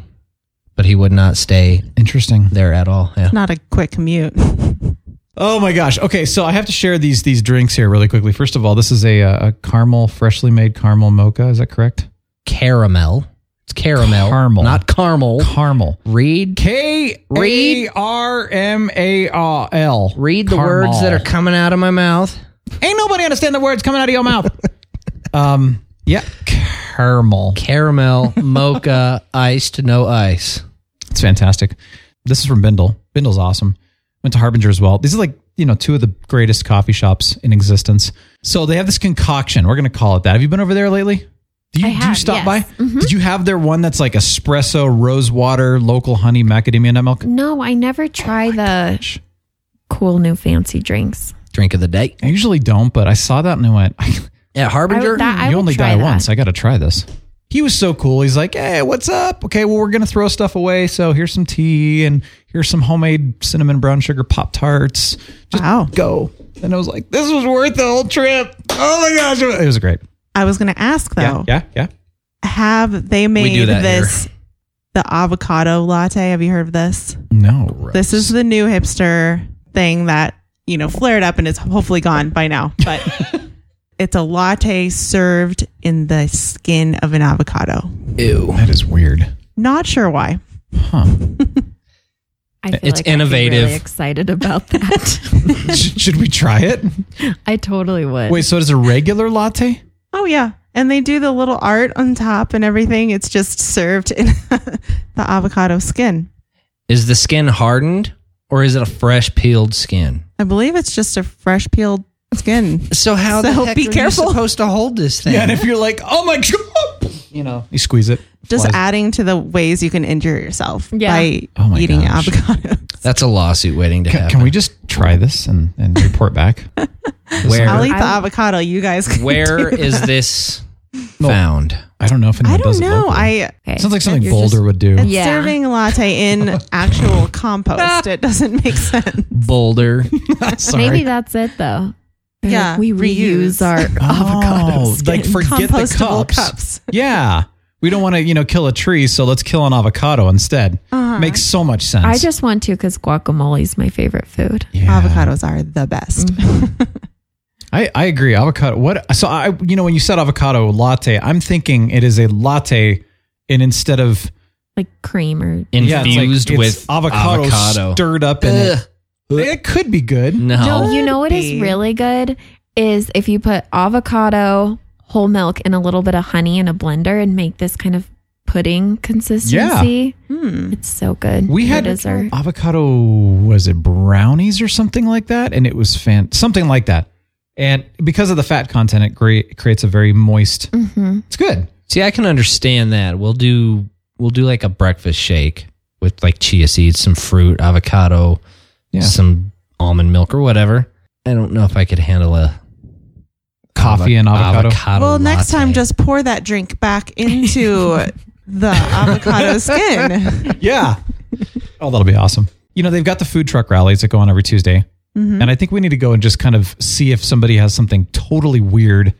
Speaker 8: But he would not stay
Speaker 9: Interesting.
Speaker 8: there at all. Yeah.
Speaker 11: Not a quick commute.
Speaker 9: Oh my gosh. Okay, so I have to share these these drinks here really quickly. First of all, this is a, uh, a caramel, freshly made caramel mocha. Is that correct?
Speaker 8: Caramel. It's caramel.
Speaker 9: Caramel.
Speaker 8: Not caramel.
Speaker 9: Caramel.
Speaker 8: Read
Speaker 9: K A
Speaker 8: Read-
Speaker 9: R M A R L.
Speaker 8: Read the words that are coming out of my mouth.
Speaker 9: Ain't nobody understand the words coming out of your mouth. um. Yeah. Caramel.
Speaker 8: Caramel, mocha, iced, no ice.
Speaker 9: It's fantastic. This is from Bindle. Bindle's awesome. Went to Harbinger as well. These are like, you know, two of the greatest coffee shops in existence. So they have this concoction. We're going to call it that. Have you been over there lately? Do you,
Speaker 10: I
Speaker 9: do you
Speaker 10: have,
Speaker 9: stop
Speaker 10: yes. Mm-hmm.
Speaker 9: by? Did you have their one that's like espresso, rose water, local honey, macadamia nut milk?
Speaker 10: No, I never
Speaker 9: Oh
Speaker 10: try the cool new fancy drinks.
Speaker 8: Drink of the day.
Speaker 9: I usually don't, but I saw that and I went,
Speaker 8: At
Speaker 10: I
Speaker 8: Harbinger,
Speaker 10: would- that- I
Speaker 9: you
Speaker 10: would
Speaker 9: only
Speaker 10: try
Speaker 9: die
Speaker 10: that.
Speaker 9: once. I got to try this. He was so cool. He's like, hey, what's up? Okay, well, we're going to throw stuff away. So here's some tea and here's some homemade cinnamon brown sugar Pop Tarts. Just
Speaker 11: Wow.
Speaker 9: go. And I was like, this was worth the whole trip. Oh my gosh. It was great.
Speaker 11: I was going to ask though,
Speaker 9: Yeah. Yeah.
Speaker 11: have they made
Speaker 8: do that
Speaker 11: this the avocado latte? Have you heard of this?
Speaker 9: No.
Speaker 11: This is the new hipster thing that, you know, flared up and is hopefully gone by now. But it's a latte served in the skin of an avocado.
Speaker 8: ew.
Speaker 9: That is weird.
Speaker 11: Not sure why.
Speaker 10: I feel
Speaker 8: It's
Speaker 10: like I'd be
Speaker 8: innovative.
Speaker 10: really excited about that.
Speaker 9: Should should we try it?
Speaker 10: I totally would.
Speaker 9: Wait, so it is a regular latte?
Speaker 11: Oh yeah. And they do the little art on top and everything. It's just served in the avocado skin.
Speaker 8: Is the skin hardened or is it a fresh peeled skin?
Speaker 11: I believe it's just a fresh peeled skin.
Speaker 8: So how
Speaker 11: So
Speaker 8: the heck
Speaker 11: be
Speaker 8: are
Speaker 11: careful.
Speaker 8: you supposed to hold this thing?
Speaker 9: Yeah. And if you're like, oh my God, you know, you squeeze it.
Speaker 11: just
Speaker 9: flies.
Speaker 11: adding to the ways you can injure yourself
Speaker 10: Yeah.
Speaker 11: by
Speaker 9: Oh my
Speaker 11: eating
Speaker 9: gosh.
Speaker 11: avocado.
Speaker 8: That's a lawsuit waiting to
Speaker 9: Can,
Speaker 8: happen.
Speaker 9: can we just try this and, and report back?
Speaker 8: Where-
Speaker 11: I'll eat the
Speaker 10: I-
Speaker 11: avocado. You guys. Can
Speaker 8: Where
Speaker 11: do
Speaker 8: is
Speaker 11: that.
Speaker 8: this found?
Speaker 9: I don't know if anyone
Speaker 11: I don't
Speaker 9: does it
Speaker 11: know.
Speaker 9: locally.
Speaker 11: I
Speaker 10: Okay.
Speaker 9: Sounds like something
Speaker 11: You're
Speaker 9: Boulder
Speaker 11: just-
Speaker 9: would do.
Speaker 11: it's
Speaker 10: Yeah.
Speaker 11: serving latte in actual compost. It doesn't make sense.
Speaker 8: Boulder.
Speaker 10: Maybe that's it though. They're
Speaker 11: Yeah,
Speaker 10: we reuse
Speaker 11: reuse.
Speaker 10: our avocado.
Speaker 9: Oh,
Speaker 10: skin.
Speaker 9: like forget the
Speaker 11: Compostable
Speaker 9: cups.
Speaker 11: cups.
Speaker 9: yeah. We don't want to, you know, kill a tree, so let's kill an avocado instead.
Speaker 11: Uh-huh.
Speaker 9: Makes so much sense.
Speaker 10: I just want to because guacamole is my favorite food.
Speaker 9: Yeah.
Speaker 11: Avocados are the best.
Speaker 10: Mm-hmm.
Speaker 9: I, I agree. Avocado. What? So I, you know, when you said avocado latte, I'm thinking it is a latte, and instead of
Speaker 10: Like cream or
Speaker 9: yeah, it's like-
Speaker 8: Infused
Speaker 9: it's
Speaker 8: with
Speaker 9: avocado,
Speaker 8: avocado.
Speaker 9: stirred up in it. It could be good.
Speaker 10: No,
Speaker 8: No.
Speaker 10: Oh, you know what is
Speaker 11: be.
Speaker 10: really good is if you put avocado, whole milk, and a little bit of honey in a blender and make this kind of pudding consistency. It's so good.
Speaker 9: We
Speaker 10: for
Speaker 9: had
Speaker 10: dessert.
Speaker 9: avocado. Was it brownies or something like that? And it was fan something like that. And because of the fat content, it, crea- it creates a very moist. It's good.
Speaker 8: See, I can understand that. We'll do we'll do like a breakfast shake with like chia seeds, some fruit, avocado,
Speaker 9: Yeah.
Speaker 8: some almond milk or whatever. I don't know if I could handle a
Speaker 9: Coffee and avocado.
Speaker 11: well, next
Speaker 8: latte.
Speaker 11: time, just pour that drink back into the avocado skin.
Speaker 9: Yeah. oh, that'll be awesome. You know, they've got the food truck rallies that go on every Tuesday. And I think we need to go and just kind of see if somebody has something totally weird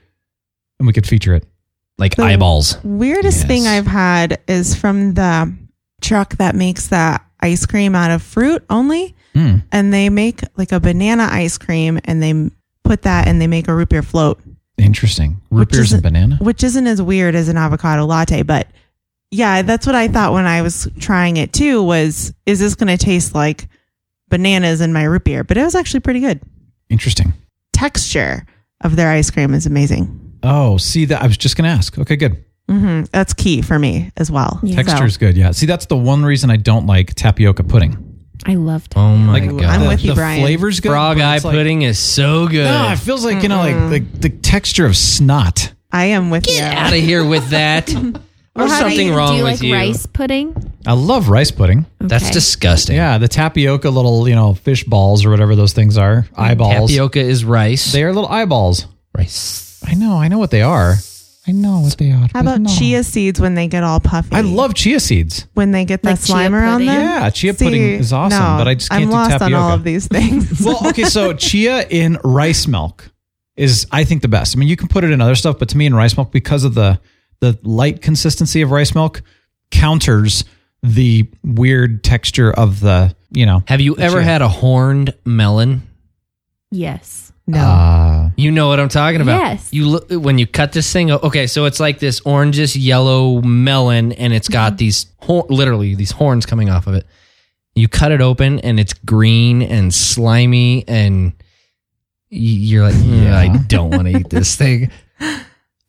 Speaker 9: and we could feature it.
Speaker 8: like
Speaker 11: the-
Speaker 8: eyeballs.
Speaker 11: Weirdest
Speaker 8: Yes.
Speaker 11: thing I've had is from the truck that makes the ice cream out of fruit only.
Speaker 9: Hmm.
Speaker 11: And they make like a banana ice cream and they m- put that and they make a root beer float,
Speaker 9: Interesting. Root
Speaker 11: Which
Speaker 9: beers and
Speaker 11: isn't-
Speaker 9: banana.
Speaker 11: which isn't as weird as an avocado latte. But yeah, that's what I thought when I was trying it too was, is this going to taste like bananas in my root beer? But it was actually pretty good.
Speaker 9: Interesting.
Speaker 11: Texture of their ice cream is amazing. Mm-hmm.
Speaker 9: Oh, see that I was just gonna ask. Okay, good.
Speaker 11: That's key for me as well.
Speaker 10: Yeah.
Speaker 9: Texture's good. Yeah. See, that's the one reason I don't like tapioca pudding.
Speaker 10: I loved it.
Speaker 8: Oh my
Speaker 9: Like,
Speaker 8: god.
Speaker 11: I'm
Speaker 9: the,
Speaker 11: with you,
Speaker 9: the
Speaker 11: Brian.
Speaker 9: flavor's good.
Speaker 8: Frog
Speaker 9: but
Speaker 8: eye
Speaker 9: it's like-
Speaker 8: pudding is so good.
Speaker 9: No, it feels like, you know, like, like the texture of snot.
Speaker 11: I am with you.
Speaker 8: Out of here with that. There's
Speaker 10: how do
Speaker 8: something
Speaker 10: you-
Speaker 8: wrong
Speaker 10: do you
Speaker 8: with
Speaker 10: like
Speaker 8: you.
Speaker 10: rice pudding?
Speaker 9: I love rice pudding.
Speaker 8: That's
Speaker 10: Okay.
Speaker 8: disgusting.
Speaker 9: Yeah, the tapioca little, you know, fish balls or whatever those things are. Eyeballs.
Speaker 8: Tapioca is rice.
Speaker 9: They are little eyeballs.
Speaker 8: rice.
Speaker 9: I know, I know what they are. I know what they are.
Speaker 11: How about chia seeds when they get all puffy?
Speaker 9: I love chia seeds.
Speaker 11: when they get that
Speaker 10: Like chia
Speaker 11: slime around
Speaker 10: pudding?
Speaker 11: them.
Speaker 9: Yeah, chia pudding is awesome, but I just can't
Speaker 11: I'm
Speaker 9: do
Speaker 11: lost on all
Speaker 9: tapioca.
Speaker 11: of these things.
Speaker 9: Well, okay, so chia in rice milk is I think the best. I mean, you can put it in other stuff, but to me in rice milk because of the the light consistency of rice milk counters the weird texture of the, you know.
Speaker 8: Have you ever
Speaker 9: chia.
Speaker 8: had a horned melon?
Speaker 10: Yes.
Speaker 11: no,
Speaker 9: Uh,
Speaker 8: You know what I'm talking about.
Speaker 10: Yes.
Speaker 8: You look when you cut this thing. Okay, so it's like this orangish yellow melon, and it's got these hor- literally these horns coming off of it. You cut it open, and it's green and slimy, and y- you're like, "Mm, I don't want to eat this thing.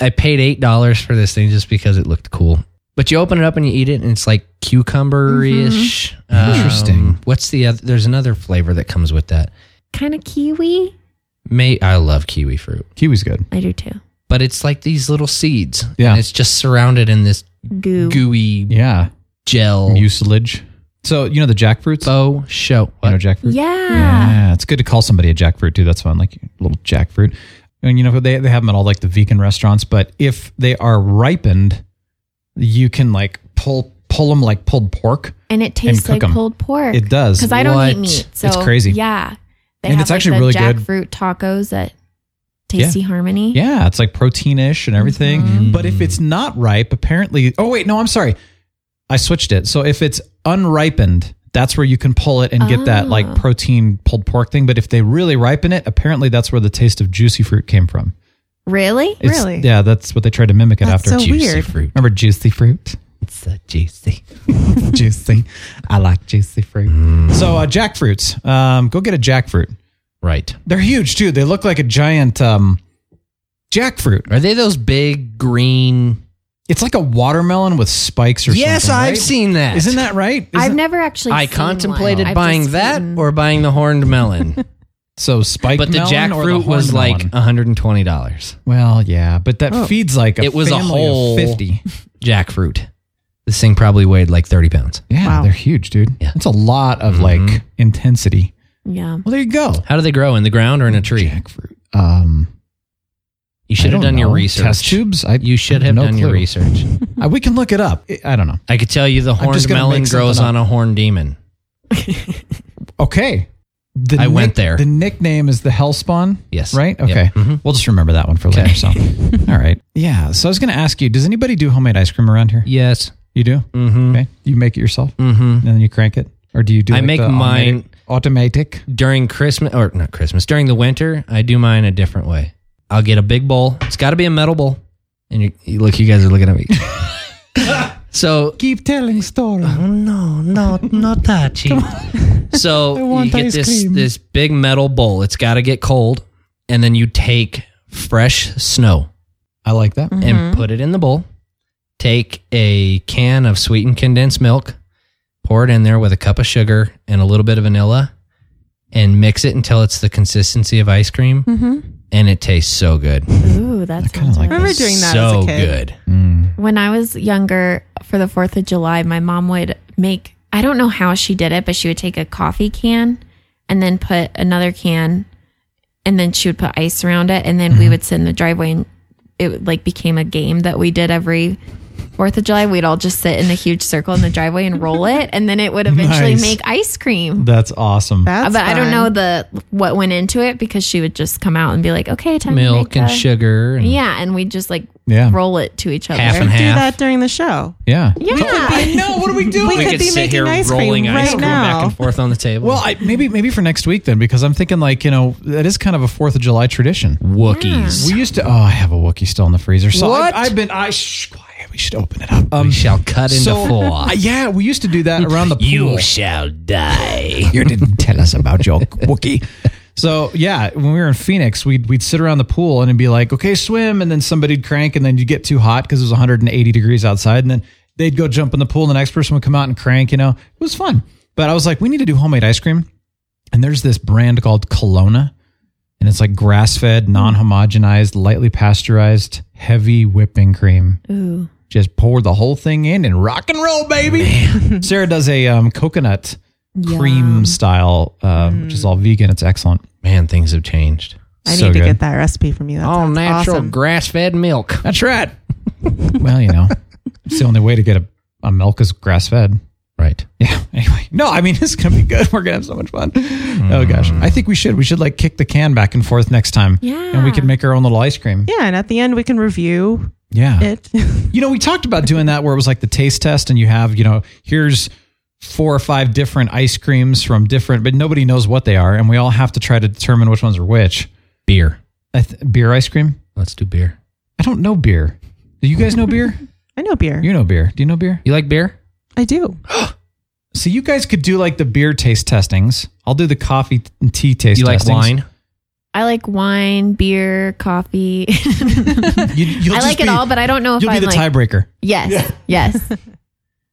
Speaker 8: I paid eight dollars for this thing just because it looked cool. But you open it up and you eat it, and it's like cucumber ish.
Speaker 9: Interesting.
Speaker 8: What's the other? There's another flavor that comes with that.
Speaker 10: Kind of kiwi.
Speaker 8: May I love kiwi fruit
Speaker 9: kiwi's good.
Speaker 10: I do too.
Speaker 8: but it's like these little seeds.
Speaker 9: Yeah.
Speaker 8: And it's just surrounded in this
Speaker 10: Goo.
Speaker 8: gooey
Speaker 9: Yeah.
Speaker 8: gel.
Speaker 9: Mucilage. So, you know the jackfruits?
Speaker 8: Bo show.
Speaker 9: You know
Speaker 8: What?
Speaker 9: jackfruit?
Speaker 10: Yeah.
Speaker 9: Yeah, it's good to call somebody a jackfruit too. That's fun, like a little jackfruit. And you know they they have them at all like the vegan restaurants. But if they are ripened, you can like pull pull them like pulled pork.
Speaker 10: And it tastes
Speaker 9: cook
Speaker 10: like
Speaker 9: 'em.
Speaker 10: pulled pork.
Speaker 9: It does.
Speaker 10: Because I don't
Speaker 8: What?
Speaker 10: eat meat.
Speaker 9: It's
Speaker 10: So
Speaker 9: crazy.
Speaker 10: Yeah. They
Speaker 9: And
Speaker 10: have
Speaker 9: it's
Speaker 10: like
Speaker 9: actually
Speaker 10: the
Speaker 9: really good.
Speaker 10: jackfruit tacos at Tasty Harmony.
Speaker 9: Yeah, it's like proteinish and everything. But if it's not ripe, apparently. Oh wait, no, I'm sorry. I switched it. So if it's unripened, that's where you can pull it and get that like protein pulled pork thing. But if they really ripen it, apparently that's where the taste of juicy fruit came from.
Speaker 10: Really?
Speaker 9: It's-
Speaker 11: Really?
Speaker 9: Yeah, that's what they tried to mimic it
Speaker 11: That's
Speaker 9: after.
Speaker 11: so
Speaker 9: Juicy
Speaker 11: weird.
Speaker 9: fruit. Remember juicy fruit?
Speaker 8: It's so juicy.
Speaker 9: juicy. I like juicy fruit. So uh, jackfruits. Um, go get a jackfruit.
Speaker 8: Right.
Speaker 9: They're huge too. They look like a giant um, jackfruit.
Speaker 8: Are they those big green?
Speaker 9: It's like a watermelon with spikes or
Speaker 8: yes,
Speaker 9: something.
Speaker 8: I've
Speaker 9: right?
Speaker 8: seen that.
Speaker 9: Isn't that right? Isn't-
Speaker 10: I've never actually.
Speaker 8: I
Speaker 10: seen
Speaker 8: contemplated
Speaker 10: one. I've
Speaker 8: buying
Speaker 10: just
Speaker 8: that
Speaker 10: eaten-
Speaker 8: or buying the horned melon,
Speaker 9: so spike.
Speaker 8: but the
Speaker 9: melon or
Speaker 8: jackfruit
Speaker 9: the
Speaker 8: was
Speaker 9: horned
Speaker 8: like
Speaker 9: melon?
Speaker 8: $120.
Speaker 9: well, yeah, but that feeds like a
Speaker 8: It was a
Speaker 9: family of
Speaker 8: whole-
Speaker 9: fifty.
Speaker 8: Jackfruit. This thing probably weighed like 30 pounds.
Speaker 9: Yeah,
Speaker 11: Wow.
Speaker 9: they're huge, dude.
Speaker 8: Yeah.
Speaker 9: It's a lot of
Speaker 8: Mhm.
Speaker 9: like intensity.
Speaker 10: Yeah.
Speaker 9: Well, there you go.
Speaker 8: How do they grow in the ground or in a tree?
Speaker 9: Jackfruit. Um,
Speaker 8: You should
Speaker 9: I
Speaker 8: have
Speaker 9: don't
Speaker 8: done your
Speaker 9: know.
Speaker 8: research.
Speaker 9: Test tubes? I-
Speaker 8: you should
Speaker 9: I
Speaker 8: have
Speaker 9: no
Speaker 8: done your
Speaker 9: clue.
Speaker 8: research.
Speaker 9: I, we can look it up. I- I don't know.
Speaker 8: I could tell you the
Speaker 9: I'm just
Speaker 8: horned
Speaker 9: gonna
Speaker 8: melon
Speaker 9: make
Speaker 8: grows
Speaker 9: something
Speaker 8: on a horned demon.
Speaker 9: Okay. The
Speaker 8: I went there.
Speaker 9: The nickname is the Hellspawn.
Speaker 8: Yes.
Speaker 9: Right?
Speaker 8: Yep.
Speaker 9: Okay.
Speaker 8: Mhm.
Speaker 9: We'll just remember that one for later.
Speaker 8: Okay.
Speaker 9: So, all right. Yeah. So I was going to ask you, does anybody do homemade ice cream around here?
Speaker 8: Yes.
Speaker 9: You do?
Speaker 8: Mm-hmm.
Speaker 9: Okay. You make it yourself
Speaker 8: Mm-hmm.
Speaker 9: and then you crank it? Or do you do
Speaker 8: I
Speaker 9: like
Speaker 8: make
Speaker 9: the automatic-
Speaker 8: mine-
Speaker 9: automatic?
Speaker 8: During Christmas, or not Christmas, during the winter, I do mine a different way. I'll get a big bowl. It's got to be a metal bowl. And you, you look, you guys are looking at me. so,
Speaker 9: Keep telling story.
Speaker 8: no, no, not that cheap. So you
Speaker 9: want
Speaker 8: get
Speaker 9: ice
Speaker 8: this
Speaker 9: cream.
Speaker 8: this big metal bowl. It's got to get cold, and then you take fresh snow.
Speaker 9: I like that.
Speaker 11: Mm-hmm.
Speaker 8: and put it in the bowl. Take a can of sweetened condensed milk, pour it in there with a cup of sugar and a little bit of vanilla, and mix it until it's the consistency of ice cream.
Speaker 11: Mm-hmm.
Speaker 8: And it tastes so good.
Speaker 10: Ooh, that sounds
Speaker 9: like
Speaker 10: like
Speaker 11: I remember doing that
Speaker 8: so
Speaker 11: as a kid. Mm-hmm.
Speaker 8: good.
Speaker 10: When I was younger, for the 4th of July, my mom would make, I don't know how she did it, but she would take a coffee can and then put another can and then she would put ice around it. And then
Speaker 8: Mm-hmm.
Speaker 10: we would sit in the driveway and it like became a game that we did every 4th of July. We'd all just sit in a huge circle in the driveway and roll it. And then it would eventually
Speaker 9: Nice.
Speaker 10: make ice cream.
Speaker 9: That's awesome.
Speaker 11: That's
Speaker 10: but I don't
Speaker 11: fun.
Speaker 10: know the what went into it because she would just come out and be like, okay, time
Speaker 8: Milk
Speaker 10: to make
Speaker 8: and
Speaker 10: the-
Speaker 8: sugar and
Speaker 10: Yeah, and we just like
Speaker 9: Yeah.
Speaker 10: roll it to each other.
Speaker 8: half and
Speaker 11: Do
Speaker 8: half.
Speaker 11: that during the show.
Speaker 9: yeah.
Speaker 10: Yeah.
Speaker 11: I know. What are we doing? We, could, be making ice cream right now.
Speaker 8: back and forth on the table.
Speaker 9: Well, I, maybe maybe for next week then, because I'm thinking like you know that is kind of a Fourth of July tradition.
Speaker 8: Wookiees.
Speaker 9: We used to. Oh, I have a Wookiee still in the freezer. So I've, I've been. I shh, quiet. We should open it up. Um,
Speaker 8: We shall cut into four.
Speaker 9: uh, yeah, we used to do that around the pool.
Speaker 8: you shall die.
Speaker 9: You didn't tell us about your Wookiee. So yeah, when we were in Phoenix, we'd we'd sit around the pool and it'd be like, okay, swim, and then somebody'd crank, and then you'd get too hot because it was 180 degrees outside, and then they'd go jump in the pool, and the next person would come out and crank. You know, it was fun. But I was like, we need to do homemade ice cream, and there's this brand called Kelowna, and it's like grass
Speaker 10: Mm.
Speaker 9: fed, non homogenized, lightly pasteurized, heavy whipping cream.
Speaker 10: Ooh.
Speaker 9: Just pour the whole thing in and rock and roll, baby. Sarah does a um, coconut cream
Speaker 10: Yum. Mm.
Speaker 9: style, um, which is all vegan. It's excellent.
Speaker 8: Man, things have changed.
Speaker 11: I
Speaker 9: So
Speaker 11: need to
Speaker 9: good.
Speaker 11: get that recipe from you. That
Speaker 8: All
Speaker 11: sounds
Speaker 8: natural
Speaker 11: awesome.
Speaker 8: grass fed milk.
Speaker 9: That's right. well, you know, it's the only way to get a, a milk is grass fed.
Speaker 8: Right.
Speaker 9: Yeah. Anyway, no, I mean, it's going to be good. We're going to have so much fun. Oh, gosh. I think we should. We should like kick the can back and forth next time. And we
Speaker 10: Yeah.
Speaker 9: can make our own little ice cream.
Speaker 11: yeah, and at the end we can review
Speaker 9: Yeah.
Speaker 11: it.
Speaker 9: You know, we talked about doing that where it was like the taste test, and you have, you know, here's four or five different ice creams from different, but nobody knows what they are. And we all have to try to determine which ones are which.
Speaker 8: Beer.
Speaker 9: I th- beer ice cream?
Speaker 8: Let's do beer.
Speaker 9: I don't know beer. Do you guys know beer?
Speaker 11: I know beer.
Speaker 9: You know beer. Do you know beer?
Speaker 8: You like beer?
Speaker 11: I do.
Speaker 9: So you guys could do like the beer taste testings. I'll do the coffee and tea taste.
Speaker 8: you like
Speaker 9: testings.
Speaker 8: wine?
Speaker 10: I like wine, beer, coffee.
Speaker 9: You, you'll
Speaker 10: I
Speaker 9: just
Speaker 10: like it
Speaker 9: be-
Speaker 10: all, but I don't know if
Speaker 9: You'll
Speaker 10: I'm
Speaker 9: be the
Speaker 10: like
Speaker 9: tiebreaker.
Speaker 10: yes, yes.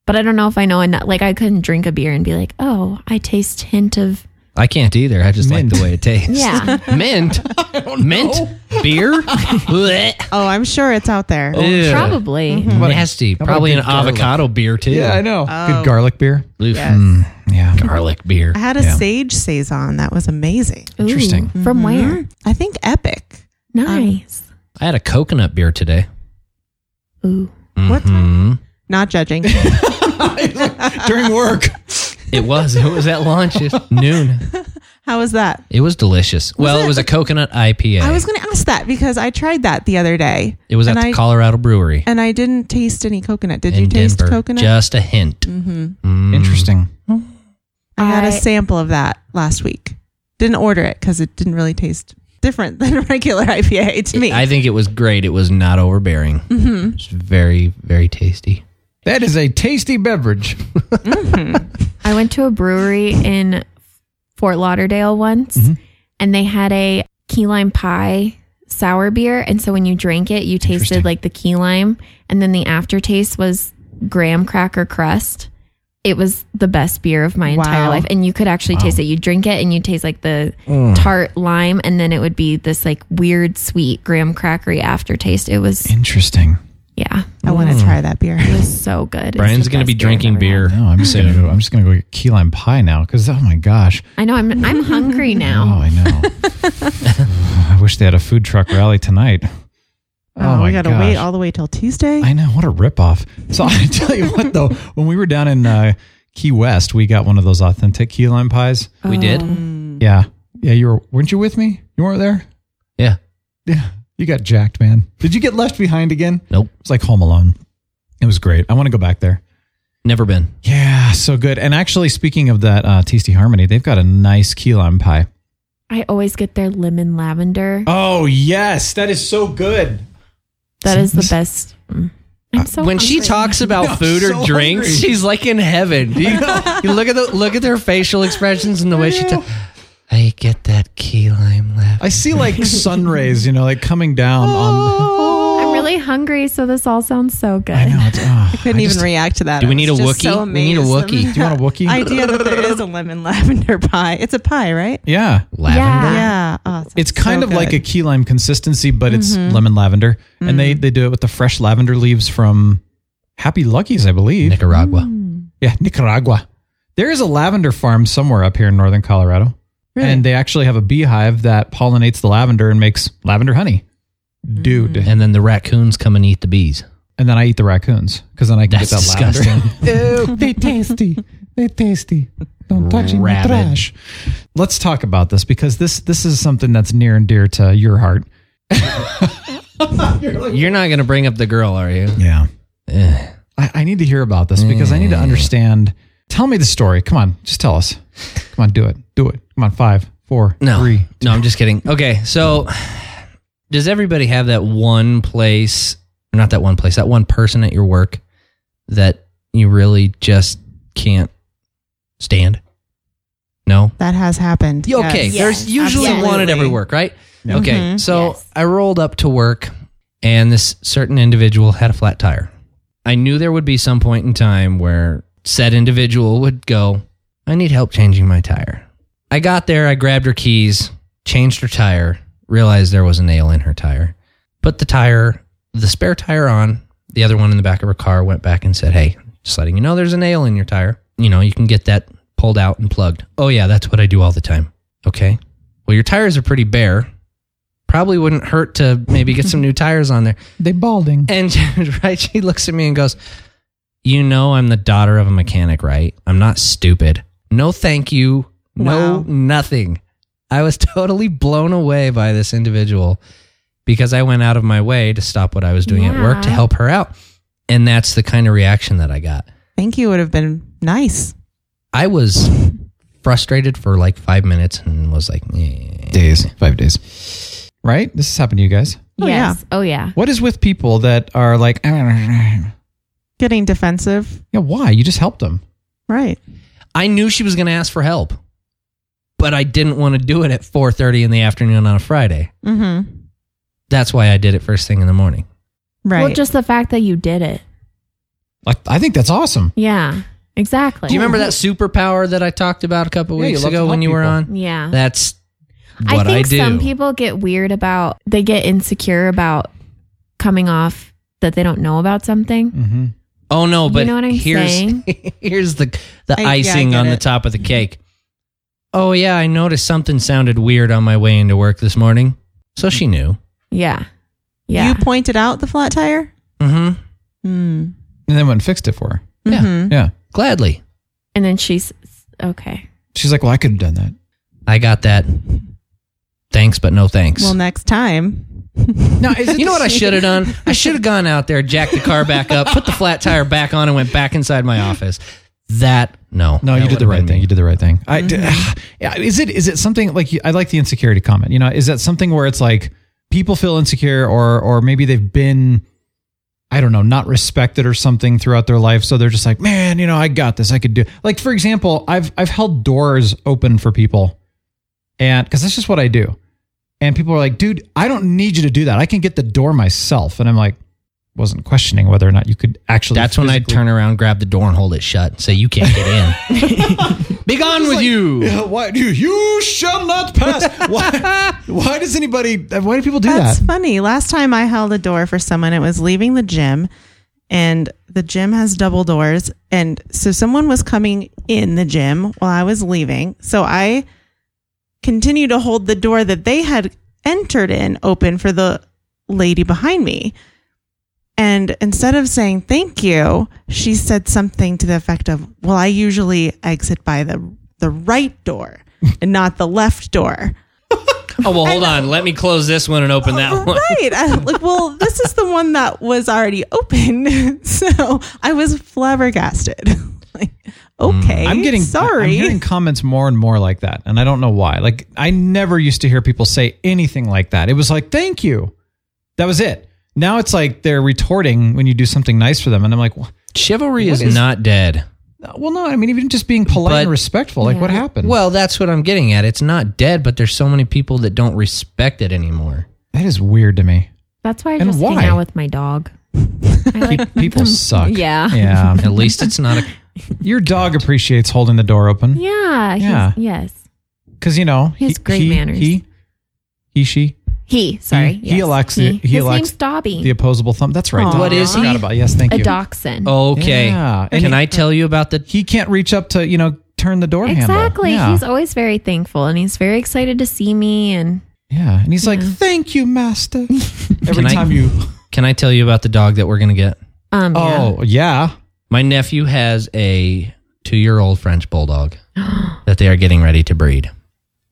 Speaker 10: But I don't know if I know enough. Like I couldn't drink a beer and be like, oh, I taste hint of
Speaker 8: I can't either. I just like
Speaker 9: Mint.
Speaker 8: the way it tastes.
Speaker 10: yeah.
Speaker 8: Mint. Mint beer. Blech.
Speaker 11: Oh, I'm sure it's out there.
Speaker 9: Oh,
Speaker 8: Ew.
Speaker 10: Probably.
Speaker 9: Mm-hmm.
Speaker 8: nasty. Probably an
Speaker 9: good garlic?
Speaker 8: avocado beer too.
Speaker 9: know.
Speaker 11: Oh.
Speaker 9: Good garlic beer.
Speaker 8: Oof.
Speaker 11: Yes.
Speaker 8: Mm,
Speaker 9: Yeah.
Speaker 8: garlic beer.
Speaker 11: I had a
Speaker 9: Yeah.
Speaker 11: sage saison that was amazing.
Speaker 10: Ooh,
Speaker 9: Interesting.
Speaker 10: From where?
Speaker 11: I think epic.
Speaker 10: Nice.
Speaker 8: I had a coconut beer today.
Speaker 9: Um,
Speaker 10: Ooh.
Speaker 11: Um, What?
Speaker 9: Mm-hmm.
Speaker 8: Mm.
Speaker 11: Not judging.
Speaker 9: During work.
Speaker 8: It was. It was at lunch at noon.
Speaker 11: How was that?
Speaker 8: It was delicious. well, it was a coconut IPA.
Speaker 11: I was going to ask that because I tried that the other day.
Speaker 8: it was at
Speaker 11: and
Speaker 8: the
Speaker 11: I-
Speaker 8: Colorado Brewery
Speaker 11: and I didn't taste any coconut. Did
Speaker 8: in
Speaker 11: you taste
Speaker 8: Denver.
Speaker 11: coconut?
Speaker 8: Just a hint. Mm.
Speaker 9: Interesting.
Speaker 11: I got a
Speaker 10: I-
Speaker 11: sample of that last week. Didn't order it because it didn't really taste different than regular IPA to me.
Speaker 8: I think it was great. It was not overbearing. Mm-hmm. It's very, very tasty.
Speaker 9: That is a tasty beverage.
Speaker 10: I went to a brewery in Fort Lauderdale once and they had a key lime pie sour beer. And so when you drank it, you tasted like the key lime. And then the aftertaste was graham cracker crust. It was the best beer of my entire
Speaker 11: Wow.
Speaker 10: life. And you could actually taste it. You drink it and you taste like the tart lime. And then it would be this like weird, sweet graham crackery aftertaste. It was,
Speaker 9: Interesting.
Speaker 10: yeah,
Speaker 11: I want to
Speaker 8: Mm.
Speaker 11: try that beer.
Speaker 10: it was so good. It's
Speaker 8: Brian's
Speaker 10: the
Speaker 8: going to
Speaker 10: best
Speaker 8: be
Speaker 10: beer I've
Speaker 8: drinking
Speaker 10: ever had.
Speaker 8: beer.
Speaker 9: No, I'm just gonna go, I'm just gonna go get key lime pie now because oh my gosh.
Speaker 10: I know. I'm, I'm hungry
Speaker 9: Oh,
Speaker 10: now.
Speaker 9: I know. Uh, I wish they had a food truck rally tonight.
Speaker 11: Oh,
Speaker 9: my
Speaker 11: we gotta
Speaker 9: gosh.
Speaker 11: wait all the way till Tuesday.
Speaker 9: I know what a ripoff. So I tell you what though, when we were down in uh, Key West, we got one of those authentic key lime pies.
Speaker 8: We did?
Speaker 11: Mm.
Speaker 9: Yeah, yeah. You were weren't you with me? You weren't there.
Speaker 8: Yeah.
Speaker 9: Yeah, you got jacked, man. Did you get left behind again?
Speaker 8: Nope.
Speaker 9: It's like Home Alone. It was great. I want to go back there.
Speaker 8: Never been.
Speaker 9: Yeah, so good. And actually, speaking of that, uh, Tasty Harmony, they've got a nice key lime pie.
Speaker 10: I always get their lemon lavender.
Speaker 9: Oh yes, that is so good.
Speaker 10: That is the best. Mm. I'm so
Speaker 8: Uh, when she
Speaker 10: hungry.
Speaker 8: talks about
Speaker 9: I'm
Speaker 8: food or
Speaker 9: so
Speaker 8: drinks,
Speaker 9: hungry.
Speaker 8: she's like in heaven. Do You, you look at the look at their facial expressions and the way she. Ta- I get that key lime laugh.
Speaker 9: I see like sun rays, you know, like coming down
Speaker 11: Oh.
Speaker 9: on.
Speaker 10: I'm really hungry, so this all sounds so good.
Speaker 9: I know. It's, oh, I
Speaker 11: Couldn't
Speaker 9: just-
Speaker 11: even react to that.
Speaker 8: Do we
Speaker 11: I
Speaker 8: need
Speaker 11: was
Speaker 8: a
Speaker 11: just
Speaker 8: Wookiee?
Speaker 11: So
Speaker 8: We need a
Speaker 11: amazed
Speaker 8: Wookiee.
Speaker 9: Do you want a
Speaker 11: at
Speaker 9: Wookiee?
Speaker 11: the Idea that there is a lemon lavender pie. It's a pie, right?
Speaker 9: Yeah.
Speaker 8: Lavender.
Speaker 11: Yeah. Oh, it
Speaker 9: It's
Speaker 11: sounds
Speaker 9: kind
Speaker 11: so
Speaker 9: of like a
Speaker 11: good.
Speaker 9: key lime consistency, but it's lemon lavender. And they, they do it with the fresh lavender leaves from Happy Luckies, I believe.
Speaker 8: Nicaragua.
Speaker 9: yeah, Nicaragua. There is a lavender farm somewhere up here in northern Colorado.
Speaker 11: Really?
Speaker 9: And they actually have a beehive that pollinates the lavender and makes lavender honey. Dude.
Speaker 8: And then the raccoons come and eat the bees.
Speaker 9: And then I eat the raccoons because then I can
Speaker 8: That's
Speaker 9: get that
Speaker 8: disgusting.
Speaker 9: lavender. Ew, they tasty. They tasty. Don't touch my
Speaker 8: Rabid.
Speaker 9: trash. Let's talk about this because this this is something that's near and dear to your heart.
Speaker 8: You're not going to bring up the girl, are you?
Speaker 9: Yeah.
Speaker 8: Eh.
Speaker 9: I, I need to hear about this because I need
Speaker 8: Mm.
Speaker 9: to understand. Tell me the story. Come on, just tell us. Come on, do it. Do it. Come on, five, four,
Speaker 8: No.
Speaker 9: three.
Speaker 8: No, I'm just kidding. Okay, so does everybody have that one place, not that one place, that one person at your work that you really just can't stand? No.
Speaker 11: That has happened.
Speaker 8: Yeah, Okay.
Speaker 11: Yes. Mm-hmm.
Speaker 8: There's usually
Speaker 10: absolutely.
Speaker 8: one at every work, right? Okay. So
Speaker 10: Yes.
Speaker 8: I rolled up to work and this certain individual had a flat tire. I knew there would be some point in time where said individual would go, I need help changing my tire. I got there, I grabbed her keys, changed her tire, realized there was a nail in her tire, put the tire, the spare tire on, the other one in the back of her car, went back and said, Hey, just letting you know there's a nail in your tire. You know, you can get that pulled out and plugged. Oh, yeah, that's what I do all the time. Okay. Well, your tires are pretty bare. Probably wouldn't hurt to maybe get some new tires on there.
Speaker 9: They balding.
Speaker 8: And she- right, she looks at me and goes, "You know, I'm the daughter of a mechanic, right? I'm not stupid. No, thank you. No,
Speaker 11: Wow.
Speaker 8: nothing." I was totally blown away by this individual because I went out of my way to stop what I was doing at work to
Speaker 10: Yeah.
Speaker 8: help her out, and that's the kind of reaction that I got.
Speaker 11: Thank you would have been nice.
Speaker 8: I was frustrated for like five minutes and was like, "Eh."
Speaker 9: Days. Five days. Right? This has happened to you guys.
Speaker 11: Oh,
Speaker 10: yes. Oh yeah.
Speaker 9: What is with people that are like, yeah,
Speaker 11: Getting defensive.
Speaker 9: why? You just helped them.
Speaker 11: Right.
Speaker 8: I knew she was going to ask for help, but I didn't want to do it at 4:30 in the afternoon on a Friday.
Speaker 11: Mm-hmm.
Speaker 8: That's why I did it first thing in the morning.
Speaker 11: Right.
Speaker 10: Well, just the fact that you did it.
Speaker 9: Like, I think that's awesome.
Speaker 10: Yeah. Exactly.
Speaker 8: Do you remember that superpower that I talked about a couple
Speaker 9: Yeah, you
Speaker 8: weeks
Speaker 9: love to
Speaker 8: ago
Speaker 9: help
Speaker 8: when you were
Speaker 9: people.
Speaker 8: on?
Speaker 10: Yeah.
Speaker 8: That's
Speaker 10: I
Speaker 8: what I,
Speaker 10: think
Speaker 8: do.
Speaker 10: some people get weird about they get insecure about coming off that they don't know about something.
Speaker 9: Mm-hmm.
Speaker 8: oh no,
Speaker 10: You
Speaker 8: but
Speaker 10: know what I'm
Speaker 8: here's
Speaker 10: saying?
Speaker 8: here's the the
Speaker 11: I- yeah, I
Speaker 8: icing
Speaker 11: get
Speaker 8: on the
Speaker 11: it.
Speaker 8: top of the cake. Oh yeah, I noticed something sounded weird on my way into work this morning. So she knew.
Speaker 10: Yeah. Yeah.
Speaker 11: You pointed out the flat tire.
Speaker 8: Mm-hmm.
Speaker 11: Mm.
Speaker 9: And then went and fixed it for her.
Speaker 8: Yeah.
Speaker 11: Mhm.
Speaker 9: Yeah.
Speaker 8: Gladly.
Speaker 10: and then she's okay.
Speaker 9: She's like, well, I could have done that.
Speaker 8: I got that. Thanks, but no thanks.
Speaker 11: Well, next time.
Speaker 9: No, is it
Speaker 8: you know what I should have done? I should have gone out there, jacked the car back up, put the flat tire back on, and went back inside my office. That no,
Speaker 9: No,
Speaker 8: That
Speaker 9: you did the
Speaker 8: would've
Speaker 9: right
Speaker 8: been
Speaker 9: thing.
Speaker 8: me. Mm-hmm.
Speaker 9: You did the right thing. I d- ah, Yeah, is it is it something like you- I like the insecurity comment. You know, is that something where it's like people feel insecure or or maybe they've been I don't know, not respected or something throughout their life, so they're just like, man, you know, I got this. I could do. Like for example, I've I've held doors open for people, and because that's just what I do. And people are like, dude, I don't need you to do that. I can get the door myself. And I'm like, wasn't questioning whether or not you could actually.
Speaker 8: That's when I
Speaker 9: physically-
Speaker 8: turn around, grab the door, and hold it shut, and say, "You can't get in. Be gone with you."
Speaker 9: Yeah, Why you, you shall not pass? Why, why does anybody? Why do people do
Speaker 11: That's
Speaker 9: that?
Speaker 11: funny. Last time I held a door for someone, it was leaving the gym, and the gym has double doors. And so someone was coming in the gym while I was leaving. So I continued to hold the door that they had entered in open for the lady behind me. And instead of saying thank you, she said something to the effect of, "Well, I usually exit by the the right door and not the left door."
Speaker 8: Oh well, hold on. Let me close this one and open that one.
Speaker 11: Right. I, like, well, this is the one that was already open. So I was flabbergasted. like,
Speaker 8: Hmm.
Speaker 11: okay.
Speaker 9: I'm getting I'm
Speaker 11: sorry.
Speaker 9: hearing comments more and more like that, and I don't know why. Like I never used to hear people say anything like that. It was like thank you, that was it. Now it's like they're retorting when you do something nice for them, and I'm like, well,
Speaker 8: Chivalry is not dead.
Speaker 9: well, no. I mean, even just being polite
Speaker 8: But-
Speaker 9: and respectful. Like what happened?
Speaker 8: Well, that's what I'm getting at. It's not dead, but there's so many people that don't respect it anymore.
Speaker 9: that is weird to me.
Speaker 10: That's why I
Speaker 9: And
Speaker 10: just
Speaker 9: why?
Speaker 10: hang out with my dog. I like
Speaker 9: People suck.
Speaker 10: Yeah.
Speaker 9: yeah.
Speaker 8: Um, At least it's not a
Speaker 9: Your dog appreciates holding the door open.
Speaker 10: Yeah. he's-
Speaker 9: Yeah.
Speaker 10: Yes.
Speaker 9: because you know
Speaker 10: He has great
Speaker 9: he,
Speaker 10: manners.
Speaker 9: He, he, she,
Speaker 10: He. Sorry.
Speaker 9: He-
Speaker 10: yes.
Speaker 9: he elects the- he
Speaker 10: His
Speaker 9: elects
Speaker 10: name's Dobby.
Speaker 9: the opposable thumb. That's right.
Speaker 11: Aw.
Speaker 9: Dom.
Speaker 8: What is
Speaker 9: I forgot
Speaker 8: he?
Speaker 9: About. Yes, thank
Speaker 10: a
Speaker 9: you.
Speaker 10: dachshund.
Speaker 9: Oh,
Speaker 8: Okay.
Speaker 9: Yeah. And
Speaker 8: Can
Speaker 9: he-
Speaker 8: I tell you about the
Speaker 9: He can't reach up to you know turn the door handle.
Speaker 10: Exactly.
Speaker 9: Yeah.
Speaker 10: He's always very thankful and he's very excited to see me and
Speaker 9: yeah, and he's like, "Thank you, master." Every
Speaker 8: Can I-
Speaker 9: time you.
Speaker 8: Can I tell you about the dog that we're going to get?
Speaker 10: um yeah.
Speaker 9: Oh yeah.
Speaker 8: My nephew has a 2-year-old French bulldog that they are getting ready to breed.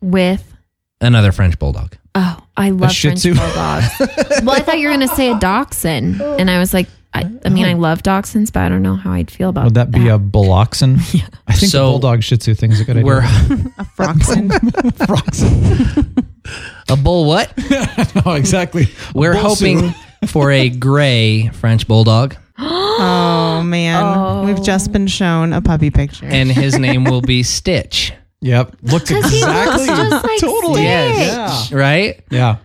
Speaker 10: with
Speaker 8: Another French bulldog.
Speaker 10: oh, I love
Speaker 9: Shih
Speaker 10: French
Speaker 9: Tzu.
Speaker 10: bulldogs. well, I thought you were gonna say a dachshund. And I was like, I, I mean I love dachshunds, but I don't know how I'd feel about
Speaker 9: Oh. Would that be a buloxen? yeah. I think
Speaker 8: So-
Speaker 9: the bulldog Shih Tzu thing's a good idea.
Speaker 8: We're
Speaker 11: a Froxen.
Speaker 9: Froxen.
Speaker 8: a bull what?
Speaker 9: no, exactly.
Speaker 8: We're
Speaker 9: Bull Sue.
Speaker 8: hoping for a gray French bulldog
Speaker 11: oh, man. We've just been shown a puppy picture.
Speaker 8: and his name will be Stitch.
Speaker 9: Yep. Looked
Speaker 10: Because he
Speaker 9: exactly.
Speaker 10: looks just like
Speaker 9: totally.
Speaker 10: Stitch.
Speaker 9: Yes.
Speaker 8: right?
Speaker 9: Yeah.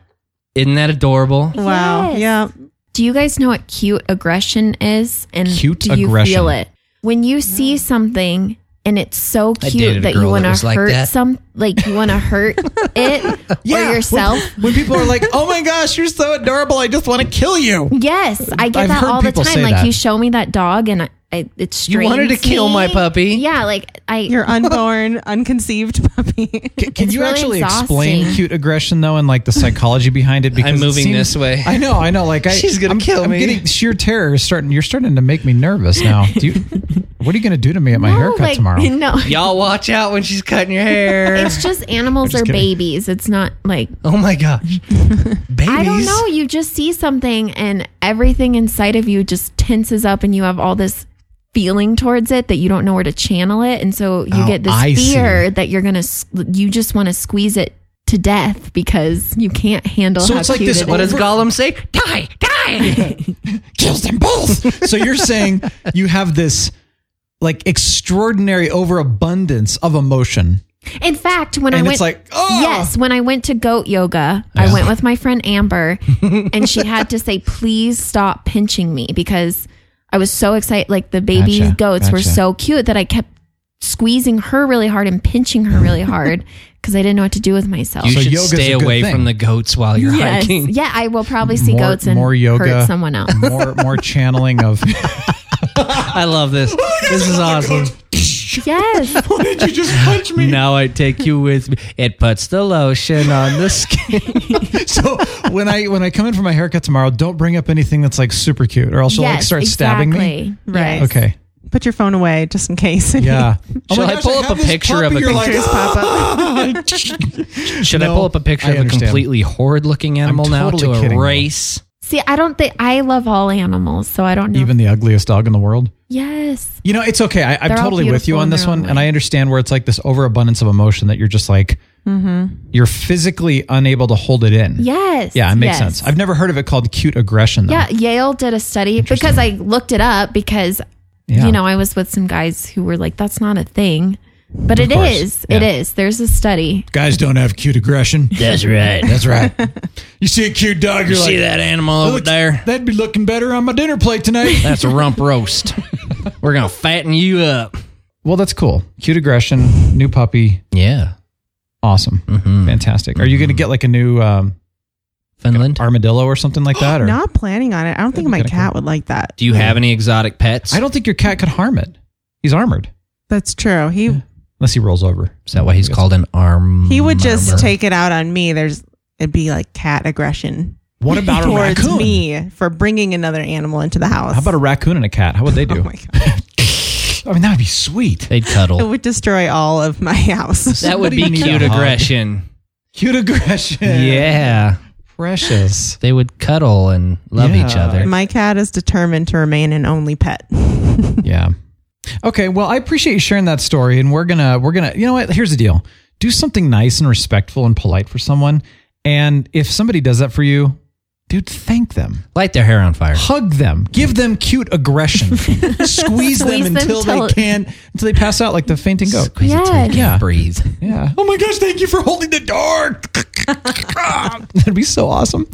Speaker 8: Isn't that adorable?
Speaker 11: Wow.
Speaker 10: Yes.
Speaker 11: Yeah.
Speaker 10: Do you guys know what cute aggression is? And
Speaker 9: Cute
Speaker 10: do you
Speaker 9: aggression.
Speaker 10: feel it? When you see something and it's so
Speaker 8: I dated a
Speaker 10: cute that you
Speaker 8: girl that
Speaker 10: want
Speaker 8: was
Speaker 10: to
Speaker 8: like
Speaker 10: hurt
Speaker 8: that.
Speaker 10: some, like you want to hurt it or yourself.
Speaker 9: When, when people are like, "Oh my gosh, you're so adorable! I just want to kill you."
Speaker 10: Yes, I get
Speaker 9: I've
Speaker 10: that
Speaker 9: heard
Speaker 10: all the
Speaker 9: people
Speaker 10: time.
Speaker 9: say
Speaker 10: Like
Speaker 9: that.
Speaker 10: you show me that dog and I, I it
Speaker 8: You
Speaker 10: strains
Speaker 8: wanted to kill
Speaker 10: me.
Speaker 8: my puppy.
Speaker 10: Yeah, like I.
Speaker 11: Your unborn, unconceived puppy.
Speaker 9: Can, can
Speaker 10: It's
Speaker 9: you
Speaker 10: really
Speaker 9: actually
Speaker 10: exhausting.
Speaker 9: explain cute aggression though, and like the psychology behind it?
Speaker 8: I'm
Speaker 9: it
Speaker 8: moving
Speaker 9: seems-
Speaker 8: this way.
Speaker 9: I know, I know. Like I,
Speaker 8: She's gonna
Speaker 9: I'm,
Speaker 8: kill
Speaker 9: I'm
Speaker 8: me.
Speaker 9: getting sheer terror. Is starting, you're starting to make me nervous now. Do you? what are you gonna do to me at my
Speaker 10: no,
Speaker 9: haircut
Speaker 10: like,
Speaker 9: tomorrow?
Speaker 10: No,
Speaker 8: Y'all watch out when she's cutting your hair.
Speaker 10: it's just animals
Speaker 9: just
Speaker 10: are
Speaker 9: kidding.
Speaker 10: babies. It's not like
Speaker 8: oh my gosh. Babies.
Speaker 10: I don't know. You just see something and everything inside of you just tenses up and you have all this feeling towards it that you don't know where to channel it. And so you
Speaker 9: Oh,
Speaker 10: get this
Speaker 9: I see.
Speaker 10: fear that you're going to, you just want to squeeze it to death because you can't handle
Speaker 9: So
Speaker 10: how
Speaker 9: it's like
Speaker 10: cute
Speaker 9: this-
Speaker 10: it
Speaker 8: What does
Speaker 10: is.
Speaker 8: Gollum say? Die, die.
Speaker 9: kills them both. so you're saying you have this like extraordinary overabundance of emotion.
Speaker 10: In fact, when I
Speaker 9: And
Speaker 10: went,
Speaker 9: it's like, oh!
Speaker 10: yes, when I went to goat yoga, I went with my friend Amber, and she had to say, "Please stop pinching me," because I was so excited. Like the baby
Speaker 9: Gotcha,
Speaker 10: goats were
Speaker 9: gotcha.
Speaker 10: so cute that I kept squeezing her really hard and pinching her really hard because I didn't know what to do with myself.
Speaker 8: You
Speaker 9: So
Speaker 8: should
Speaker 9: yoga's
Speaker 8: stay
Speaker 9: a good
Speaker 8: away
Speaker 9: thing.
Speaker 8: from the goats while you're
Speaker 10: Yes.
Speaker 8: hiking.
Speaker 10: yeah, I will probably see
Speaker 9: More-
Speaker 10: goats and
Speaker 9: more yoga.
Speaker 10: hurt someone else.
Speaker 9: More more channeling of
Speaker 8: I love this. this is awesome.
Speaker 10: yes,
Speaker 9: Did you just punch
Speaker 8: Now I take you with me. It puts the lotion on the skin.
Speaker 9: so when I when I come in for my haircut tomorrow, don't bring up anything that's like super cute or else you'll
Speaker 10: yes,
Speaker 9: like start
Speaker 10: exactly.
Speaker 9: stabbing me.
Speaker 11: Right.
Speaker 10: Yes.
Speaker 9: Okay.
Speaker 11: Put your phone away just in case.
Speaker 9: Yeah. Oh
Speaker 8: Shall I pull up
Speaker 9: have
Speaker 8: a
Speaker 9: this
Speaker 8: picture of
Speaker 9: puppy,
Speaker 8: a
Speaker 9: you're like, "Ah!"
Speaker 11: Pictures pop up.
Speaker 8: Should I
Speaker 9: No,
Speaker 8: pull up a picture
Speaker 9: I
Speaker 8: of a
Speaker 9: understand.
Speaker 8: completely horrid looking animal now
Speaker 9: totally
Speaker 8: to
Speaker 9: kidding you.
Speaker 8: erase?
Speaker 10: See, I don't think I love all animals, so I don't know.
Speaker 9: Even the ugliest dog in the world.
Speaker 10: yes,
Speaker 9: You know, it's okay. I, I'm
Speaker 10: They're all
Speaker 9: totally with you
Speaker 10: beautiful
Speaker 9: on
Speaker 10: in
Speaker 9: this
Speaker 10: their own
Speaker 9: one, and
Speaker 10: way.
Speaker 9: I understand where it's like this overabundance of emotion that you're just like you're physically unable to hold it in.
Speaker 10: Mm-hmm. yes,
Speaker 9: Yeah, it makes
Speaker 10: yes.
Speaker 9: sense. I've never heard of it called cute aggression though.
Speaker 10: Yeah, Yale did a study because I looked it up because
Speaker 9: Yeah.
Speaker 10: you know I was with some guys who were like, "That's not a thing," but it
Speaker 9: course,
Speaker 10: is.
Speaker 9: yeah.
Speaker 10: It is. There's a study.
Speaker 9: Guys don't have cute aggression.
Speaker 8: That's right.
Speaker 9: That's right. you see a cute dog, you're
Speaker 8: You
Speaker 9: like,
Speaker 8: see that animal over
Speaker 9: "Looks-
Speaker 8: there?
Speaker 9: That'd be looking better on my dinner plate tonight.
Speaker 8: That's a rump roast. We're gonna fatten you up.
Speaker 9: well, that's cool. Cute aggression, new puppy,
Speaker 8: Yeah, Mm-hmm.
Speaker 9: awesome,
Speaker 8: Mm.
Speaker 9: fantastic. Are you going to get like a new um,
Speaker 8: Finland.
Speaker 9: armadillo or something like that? Or
Speaker 11: Not planning on it. I don't think my
Speaker 9: kinda
Speaker 11: cat would like that.
Speaker 8: Do you have any exotic pets?
Speaker 9: I don't think your cat could harm it. He's armored
Speaker 11: That's true. He
Speaker 9: unless he rolls over.
Speaker 8: Is that why he's called an arm?
Speaker 11: he would just take it out on me. There's it'd be like cat aggression
Speaker 9: What about a
Speaker 11: towards
Speaker 9: raccoon?
Speaker 11: me for bringing another animal into the house.
Speaker 9: How about a raccoon and a cat? How would they do?
Speaker 11: Oh my god!
Speaker 9: I mean, that would be sweet.
Speaker 8: They'd
Speaker 11: It
Speaker 8: cuddle.
Speaker 11: would destroy all of my house.
Speaker 8: That would be
Speaker 9: Somebody need
Speaker 8: cute
Speaker 9: a hug.
Speaker 8: aggression.
Speaker 9: Cute aggression.
Speaker 8: Yeah,
Speaker 9: precious.
Speaker 8: they would cuddle and love each
Speaker 9: Yeah.
Speaker 8: other.
Speaker 11: My cat is determined to remain an only pet.
Speaker 9: Yeah. Okay. Well, I appreciate you sharing that story, and we're gonna we're gonna you know what? Here's the deal: do something nice and respectful and polite for someone, and if somebody does that for you, dude, thank them,
Speaker 8: Light their hair on fire.
Speaker 9: hug them, give them cute aggression, squeeze, them,
Speaker 10: Squeeze them
Speaker 9: until
Speaker 10: till-
Speaker 9: they can until they pass out like the fainting goat.
Speaker 8: Squeeze it till you
Speaker 10: Yeah.
Speaker 8: can't
Speaker 9: Yeah.
Speaker 8: breathe.
Speaker 9: Yeah. Oh my gosh! Thank you for holding the door. That'd be so awesome.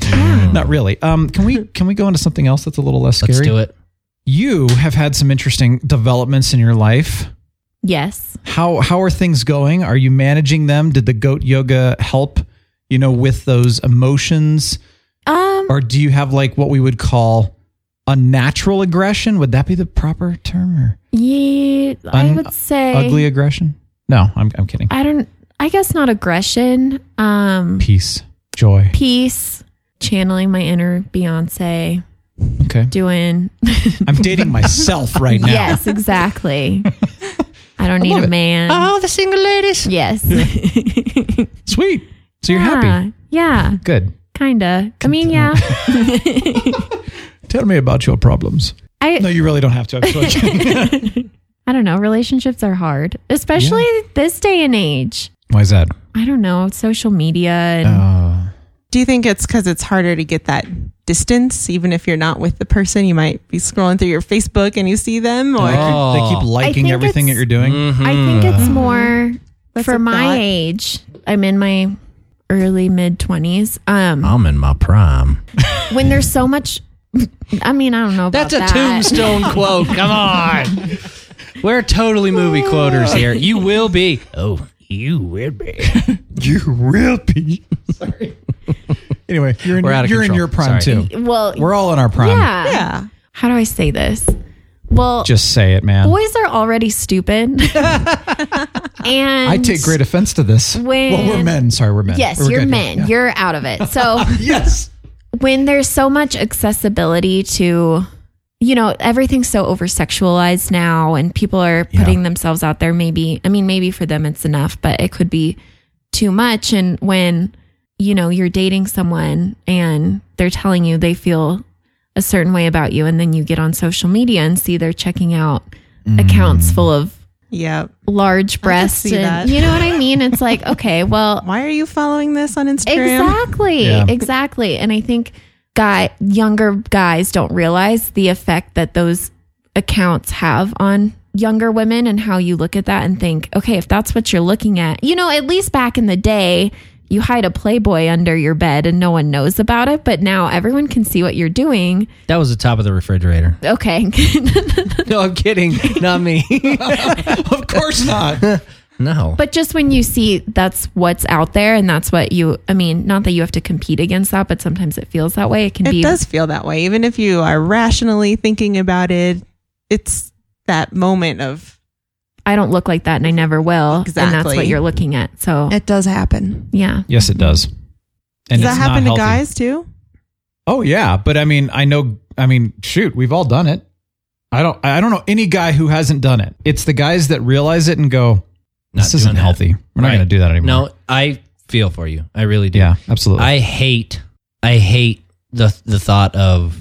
Speaker 9: Not really. Um, can we can we go into something else that's a little less scary?
Speaker 8: Let's do it.
Speaker 9: You have had some interesting developments in your life.
Speaker 10: Yes,
Speaker 9: how how are things going are you managing them did the goat yoga help you know with those emotions
Speaker 10: um,
Speaker 9: or do you have like what we would call unnatural aggression would that be the proper term or
Speaker 10: yeah, I
Speaker 9: Un-
Speaker 10: would say
Speaker 9: ugly aggression no i'm, I'm kidding
Speaker 10: I don't. I guess not aggression. Um,
Speaker 9: peace joy
Speaker 10: peace, channeling my inner Beyonce,
Speaker 9: okay
Speaker 10: doing.
Speaker 9: i'm dating myself right now
Speaker 10: yes, exactly. I don't need
Speaker 9: love
Speaker 10: a
Speaker 9: it.
Speaker 10: man.
Speaker 8: All the single ladies.
Speaker 10: Yes.
Speaker 9: sweet so you're happy
Speaker 10: Yeah,
Speaker 9: good
Speaker 10: kinda. I mean, yeah.
Speaker 9: tell me about your problems
Speaker 10: I
Speaker 9: no you really don't have to I'm joking.
Speaker 10: I don't know. Relationships are hard, especially this day and age.
Speaker 9: why is that
Speaker 10: I don't know. Social media and
Speaker 9: uh,
Speaker 11: Do you think it's because it's harder to get that distance, even if you're not with the person? You might be scrolling through your Facebook and you see them, or
Speaker 9: they keep
Speaker 8: Oh.
Speaker 9: liking
Speaker 10: think
Speaker 9: everything that
Speaker 10: it's-
Speaker 8: Mm-hmm.
Speaker 9: you're doing
Speaker 10: I think it's more
Speaker 11: That's
Speaker 10: for
Speaker 11: a
Speaker 10: my
Speaker 11: thought.
Speaker 10: age, I'm in my early mid 20s. Um,
Speaker 9: Oh.
Speaker 8: I'm in my prime.
Speaker 10: when there's so much, I mean, I don't know. About
Speaker 8: That's a
Speaker 10: that.
Speaker 8: tombstone quote. Come on. We're totally movie quoters here. You will be. Oh, you will be.
Speaker 9: You will be. Sorry. Anyway, you're in,
Speaker 8: We're out of
Speaker 9: you're in
Speaker 8: control.
Speaker 9: your prime
Speaker 8: Sorry.
Speaker 9: too.
Speaker 10: Well,
Speaker 9: We're all in our prime.
Speaker 10: yeah.
Speaker 11: Yeah.
Speaker 10: How do I say this? Well,
Speaker 9: Just say it, man.
Speaker 10: boys are already stupid. and
Speaker 9: I take great offense to this.
Speaker 10: When-
Speaker 9: well, we're men. Sorry, we're men.
Speaker 10: Yes,
Speaker 9: We're
Speaker 10: you're
Speaker 9: good.
Speaker 10: men.
Speaker 9: Yeah.
Speaker 10: You're out of it. So
Speaker 9: yes.
Speaker 10: when there's so much accessibility to you know everything's so over sexualized now and people are putting themselves out there maybe i mean maybe for them it's enough but it could be too much and when you know you're dating someone and they're telling you they feel a certain way about you and then you get on social media and see they're checking out accounts full of
Speaker 11: Yep.
Speaker 10: large breasts
Speaker 11: see
Speaker 10: and
Speaker 11: that.
Speaker 10: you know what i mean it's like okay well
Speaker 11: Why are you following this on Instagram?
Speaker 10: Exactly.
Speaker 9: Yeah.
Speaker 10: Exactly. And I think guy younger guys don't realize the effect that those accounts have on younger women and how you look at that and think, okay, if that's what you're looking at, you know, at least back in the day, you hide a Playboy under your bed and no one knows about it, but now everyone can see what you're doing.
Speaker 8: That was the top of the refrigerator.
Speaker 10: Okay.
Speaker 8: No, I'm kidding. Not me.
Speaker 9: Of course not.
Speaker 8: no.
Speaker 10: but just when you see that's what's out there and that's what you I mean, not that you have to compete against that, but sometimes it feels that way. It can
Speaker 11: It
Speaker 10: be
Speaker 11: does feel that way. Even if you are rationally thinking about it, it's that moment of
Speaker 10: I don't look like that and I never will. And that's
Speaker 11: Exactly.
Speaker 10: what you're looking at. So,
Speaker 4: It does happen.
Speaker 10: yeah.
Speaker 9: Yes, it does. And
Speaker 11: does
Speaker 9: it's
Speaker 11: that
Speaker 9: not
Speaker 11: happen to
Speaker 9: healthy.
Speaker 11: guys too?
Speaker 9: Oh yeah, but I mean, I know. I mean, shoot, we've all done it. I don't. I don't know any guy who hasn't done it. It's the guys that realize it and go,
Speaker 8: Not
Speaker 9: "This isn't
Speaker 8: doing that.
Speaker 9: healthy. We're not
Speaker 8: Right.
Speaker 9: going to do that anymore."
Speaker 8: No, I feel for you. I really do.
Speaker 9: Yeah, absolutely.
Speaker 8: I hate I hate the the thought of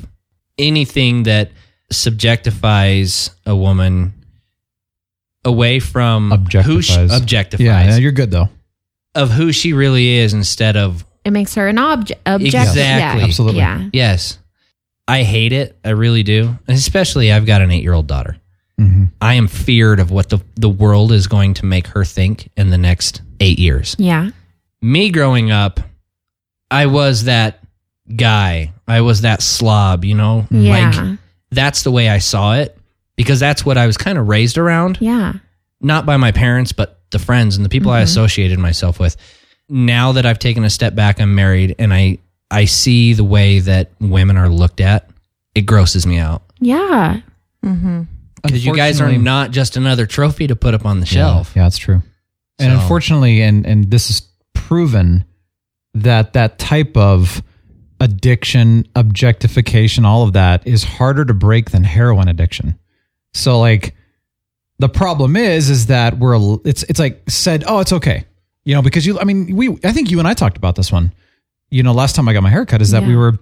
Speaker 8: anything that subjectifies a woman away from who she,
Speaker 9: Objectifies.
Speaker 8: objectifies
Speaker 9: yeah, yeah, you're good though.
Speaker 8: of who she really is instead of
Speaker 10: It makes her an object. Object.
Speaker 8: Exactly.
Speaker 10: Yeah.
Speaker 9: Absolutely.
Speaker 10: Yeah.
Speaker 8: yes. I hate it. I really do. Especially I've got an 8-year-old daughter.
Speaker 9: Mhm.
Speaker 8: I am feared of what the the world is going to make her think in the next 8 years.
Speaker 10: Yeah.
Speaker 8: me growing up, I was that guy. I was that slob, you know?
Speaker 10: Yeah.
Speaker 8: Like that's the way I saw it because that's what I was kind of raised around,
Speaker 10: Yeah.
Speaker 8: not by my parents, but the friends and the people I
Speaker 9: Mm-hmm.
Speaker 8: associated myself with. Now that I've taken a step back, I'm married and I I see the way that women are looked at. It grosses me out
Speaker 10: Yeah.
Speaker 8: because you guys are
Speaker 9: Unfortunately-
Speaker 8: not just another trophy to put up on the
Speaker 9: Yeah,
Speaker 8: shelf.
Speaker 9: Yeah, that's true. And
Speaker 8: So-
Speaker 9: unfortunately, and and this is proven that that type of addiction, objectification, all of that is harder to break than heroin addiction. So like the problem is is that we're a- it's it's like said, "Oh, it's okay." You know, because you I mean, we I think you and I talked about this one. You know, last time I got my haircut is that
Speaker 10: Yeah.
Speaker 9: we were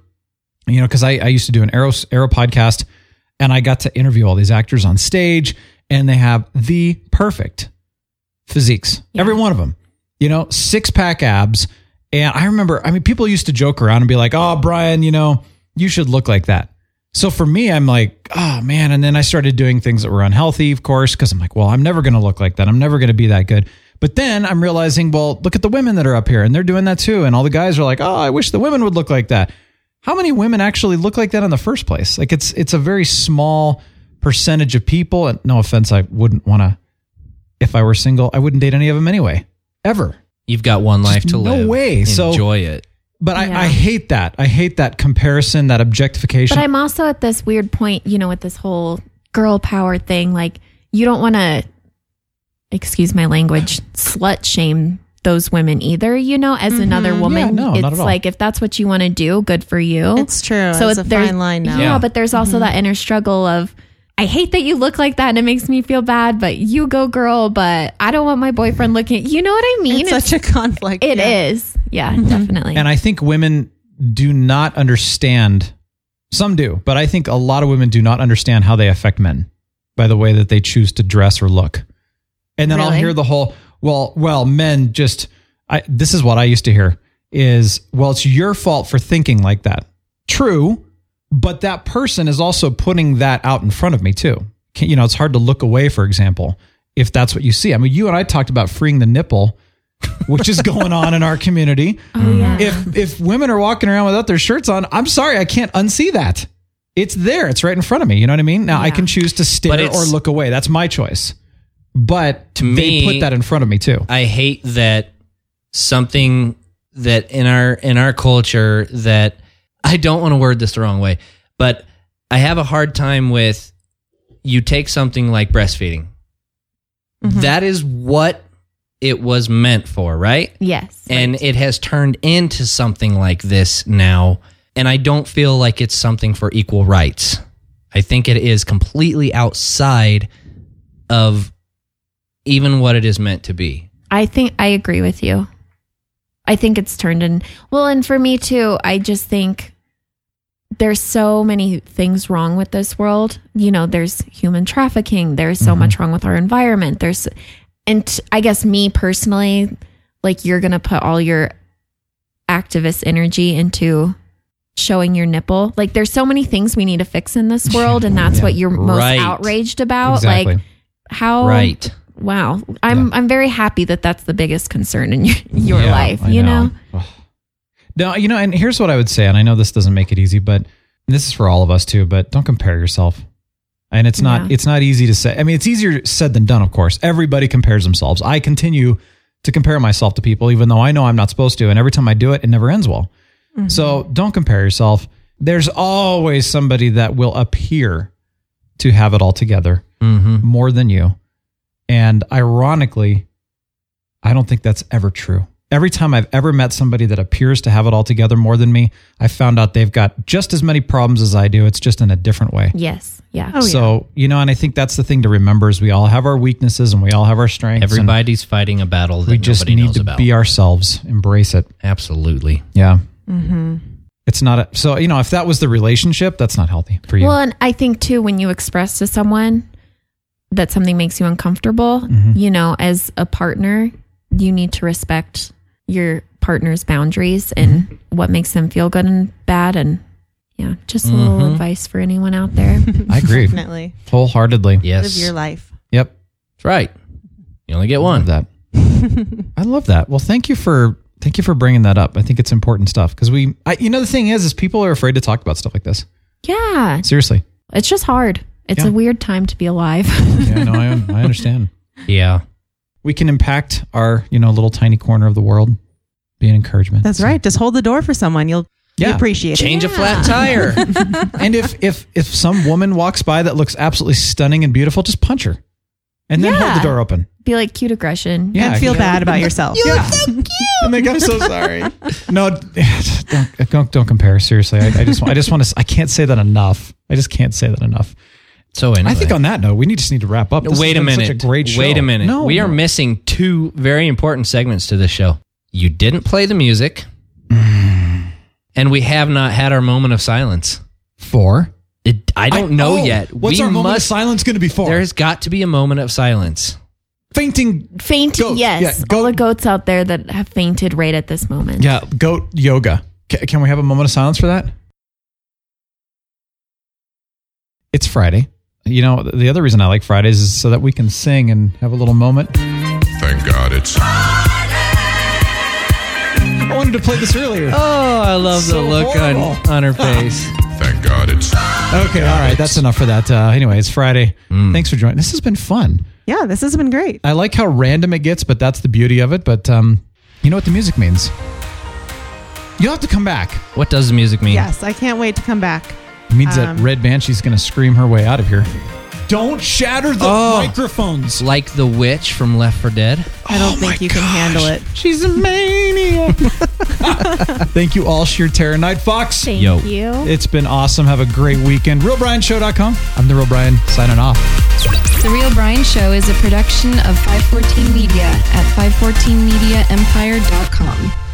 Speaker 9: you know, because I, I used to do an aero, aero podcast and I got to interview all these actors on stage and they have the perfect physiques, every one of them, you know, six pack abs. And I remember, I mean, people used to joke around and be like, oh, Brian, you know, you should look like that. So for me, I'm like, oh, man. And then I started doing things that were unhealthy, of course, because I'm like, well, I'm never going to look like that. I'm never going to be that good. But then I'm realizing, well, look at the women that are up here and they're doing that too. And all the guys are like, oh, I wish the women would look like that how many women actually look like that in the first place? Like it's it's a very small percentage of people. And no offense, I wouldn't want to. If I were single, I wouldn't date any of them anyway, ever.
Speaker 8: You've got one life to
Speaker 9: no
Speaker 8: live.
Speaker 9: way. So-
Speaker 8: Enjoy it.
Speaker 9: But
Speaker 10: Yeah.
Speaker 9: I, I hate that. I hate that comparison, that objectification.
Speaker 10: But I'm also at this weird point, you know, with this whole girl power thing. Like, you don't want to, excuse my language, slut shame those women either, you know, as
Speaker 11: Mm-hmm.
Speaker 10: another woman.
Speaker 9: Yeah, no,
Speaker 10: it's
Speaker 9: not at all.
Speaker 10: like, if that's what you want to do, good for you.
Speaker 11: It's true. Oh. So it's a
Speaker 10: there's-
Speaker 11: fine line now.
Speaker 10: Yeah,
Speaker 8: Yeah.
Speaker 10: but there's also that inner struggle of I hate that you look like that and it makes me feel bad, but you go girl, but I don't want my boyfriend looking. You know what I mean?
Speaker 11: It's such a conflict.
Speaker 10: It
Speaker 11: yeah. Mm-hmm.
Speaker 10: is. Yeah, definitely.
Speaker 9: and I think women do not understand. Some do, but I think a lot of women do not understand how they affect men by the way that they choose to dress or look. And then I'll
Speaker 10: Really?
Speaker 9: hear the whole, well, well, men just. I, this is what I used to hear is, well, it's your fault for thinking like that. True, but that person is also putting that out in front of me too. Can, you know, it's hard to look away, for example, if that's what you see. I mean, you and I talked about freeing the nipple, which is going on in our community.
Speaker 10: Oh, yeah.
Speaker 9: If if women are walking around without their shirts on, I'm sorry, I can't unsee that. It's there. It's right in front of me. You know what I mean? Now I
Speaker 10: Yeah.
Speaker 9: can choose to
Speaker 8: But
Speaker 9: stare or
Speaker 8: it's-
Speaker 9: look away. That's my choice. But
Speaker 8: To
Speaker 9: they
Speaker 8: me-
Speaker 9: put that in front of me too.
Speaker 8: I hate that something that in our in our culture that I don't want to word this the wrong way, but I have a hard time with you take something like breastfeeding. That is what it was meant for, right?
Speaker 10: Yes.
Speaker 8: And it has turned into something like this now, and I don't feel like it's something for equal rights. I think it is completely outside of even what it is meant to be.
Speaker 10: I think I agree with you. I think it's turned in well, and for me too. I just think there's so many things wrong with this world. You know, there's human trafficking. There's
Speaker 8: Mm-hmm.
Speaker 10: so much wrong with our environment. There's, and t- I guess me personally, like you're gonna put all your activist energy into showing your nipple. Like there's so many things we need to fix in this world, and that's what you're most
Speaker 8: Right.
Speaker 10: outraged about.
Speaker 9: Exactly.
Speaker 10: Like how
Speaker 8: Right.
Speaker 10: Wow, I'm I'm very happy that that's the biggest concern in your, your
Speaker 9: Yeah,
Speaker 10: life.
Speaker 9: I
Speaker 10: You know?
Speaker 9: Ugh. No, you know, and here's what I would say, and I know this doesn't make it easy, but and this is for all of us too. But don't compare yourself, and it's not
Speaker 10: Yeah.
Speaker 9: it's not easy to say. I mean, it's easier said than done, of course. Everybody compares themselves. I continue to compare myself to people, even though I know I'm not supposed to, and every time I do it, it never ends well.
Speaker 10: Mm-hmm.
Speaker 9: So don't compare yourself. There's always somebody that will appear to have it all together
Speaker 8: Mm-hmm.
Speaker 9: more than you. And ironically, I don't think that's ever true. Every time I've ever met somebody that appears to have it all together more than me, I found out they've got just as many problems as I do. It's just in a different way.
Speaker 10: Yes. Yeah.
Speaker 11: Oh, yeah.
Speaker 9: so, you know, and I think that's the thing to remember is we all have our weaknesses and we all have our strengths. and
Speaker 8: Everybody's fighting a battle that
Speaker 9: we just
Speaker 8: nobody
Speaker 9: need
Speaker 8: knows
Speaker 9: to
Speaker 8: about.
Speaker 9: be ourselves, embrace it.
Speaker 8: Absolutely.
Speaker 9: Yeah. Mm-hmm. It's not a, so, you know, if that was the relationship, that's not healthy for you.
Speaker 10: Well, and I think too when you express to someone that something makes you uncomfortable,
Speaker 9: Mm-hmm.
Speaker 10: you know, as a partner, you need to respect your partner's boundaries and
Speaker 9: Mm-hmm.
Speaker 10: what makes them feel good and bad and yeah, just a
Speaker 9: Mm-hmm.
Speaker 10: little advice for anyone out there.
Speaker 9: I agree
Speaker 11: Definitely.
Speaker 9: wholeheartedly.
Speaker 8: Yes.
Speaker 11: Live your life.
Speaker 9: Yep.
Speaker 8: That's right. You only get one.
Speaker 9: love that. I love that. Well, thank you for thank you for bringing that up. I think it's important stuff because we, I, you know, the thing is, is people are afraid to talk about stuff like this.
Speaker 10: yeah.
Speaker 9: Seriously.
Speaker 10: It's just hard. It's
Speaker 9: Yeah.
Speaker 10: a weird time to be alive.
Speaker 9: Yeah, no, I, I understand.
Speaker 8: Yeah.
Speaker 9: We can impact our, you know, little tiny corner of the world. Be an encouragement.
Speaker 11: That's right. Just hold the door for someone. You'll you
Speaker 9: Yeah.
Speaker 11: appreciate it.
Speaker 8: Change a flat tire.
Speaker 9: and if if if some woman walks by that looks absolutely stunning and beautiful, just punch her, and then hold
Speaker 10: Yeah.
Speaker 9: the door open.
Speaker 10: be like cute aggression.
Speaker 9: Yeah,
Speaker 11: and feel
Speaker 9: you know.
Speaker 11: bad about yourself.
Speaker 9: yeah. Oh my god, I'm so sorry. no, don't, uh, don't don't compare. Seriously, I, I just want- I just want to. I can't say that enough. I just can't say that enough.
Speaker 8: so anyway.
Speaker 9: I think on that note, we need, just need to wrap up. This
Speaker 8: Wait a
Speaker 9: has been
Speaker 8: minute.
Speaker 9: Such a great show.
Speaker 8: Wait a minute.
Speaker 9: No,
Speaker 8: we are
Speaker 9: no.
Speaker 8: missing two very important segments to this show. You didn't play the music,
Speaker 9: Mm.
Speaker 8: and we have not had our moment of silence.
Speaker 9: four.
Speaker 8: It, I don't know yet.
Speaker 9: What's
Speaker 8: we
Speaker 9: our moment of
Speaker 8: must.
Speaker 9: silence going to be for?
Speaker 8: There's got to be a moment of silence.
Speaker 9: fainting.
Speaker 10: Fainting,
Speaker 9: Goats,
Speaker 10: yes.
Speaker 9: yeah, goat-
Speaker 10: All the goats out there that have fainted right at this moment.
Speaker 9: Yeah, goat yoga. Ca- can we have a moment of silence for that? It's Friday. You know, the other reason I like Fridays is so that we can sing and have a little moment.
Speaker 3: Thank God it's.
Speaker 9: I wanted to play this earlier.
Speaker 8: Oh, I love
Speaker 9: So
Speaker 8: the look on,
Speaker 9: horrible.
Speaker 8: on her face.
Speaker 3: Thank God it's.
Speaker 9: Okay, all right, that's enough for that. Uh, anyway, it's Friday.
Speaker 8: Mm.
Speaker 9: Thanks for joining. This has been fun.
Speaker 11: Yeah, this has been great.
Speaker 9: I like how random it gets, but that's the beauty of it. But um, you know what the music means. You'll have to come back.
Speaker 8: what does the music mean?
Speaker 11: Yes, I can't wait to come back.
Speaker 9: It means that
Speaker 11: Um,
Speaker 9: Red Banshee's going to scream her way out of here. Don't shatter the
Speaker 8: Oh.
Speaker 9: microphones.
Speaker 8: Like the witch from Left for Dead.
Speaker 11: I don't think you can handle it.
Speaker 9: Oh She's a maniac. Thank you all, Sheer Terror Night Fox.
Speaker 10: Thank
Speaker 8: Yo.
Speaker 10: you.
Speaker 9: It's been awesome. Have a great weekend. RealBrianShow.com. I'm The Real Brian, signing off.
Speaker 4: The Real Brian Show is a production of 514 Media at 514mediaempire.com.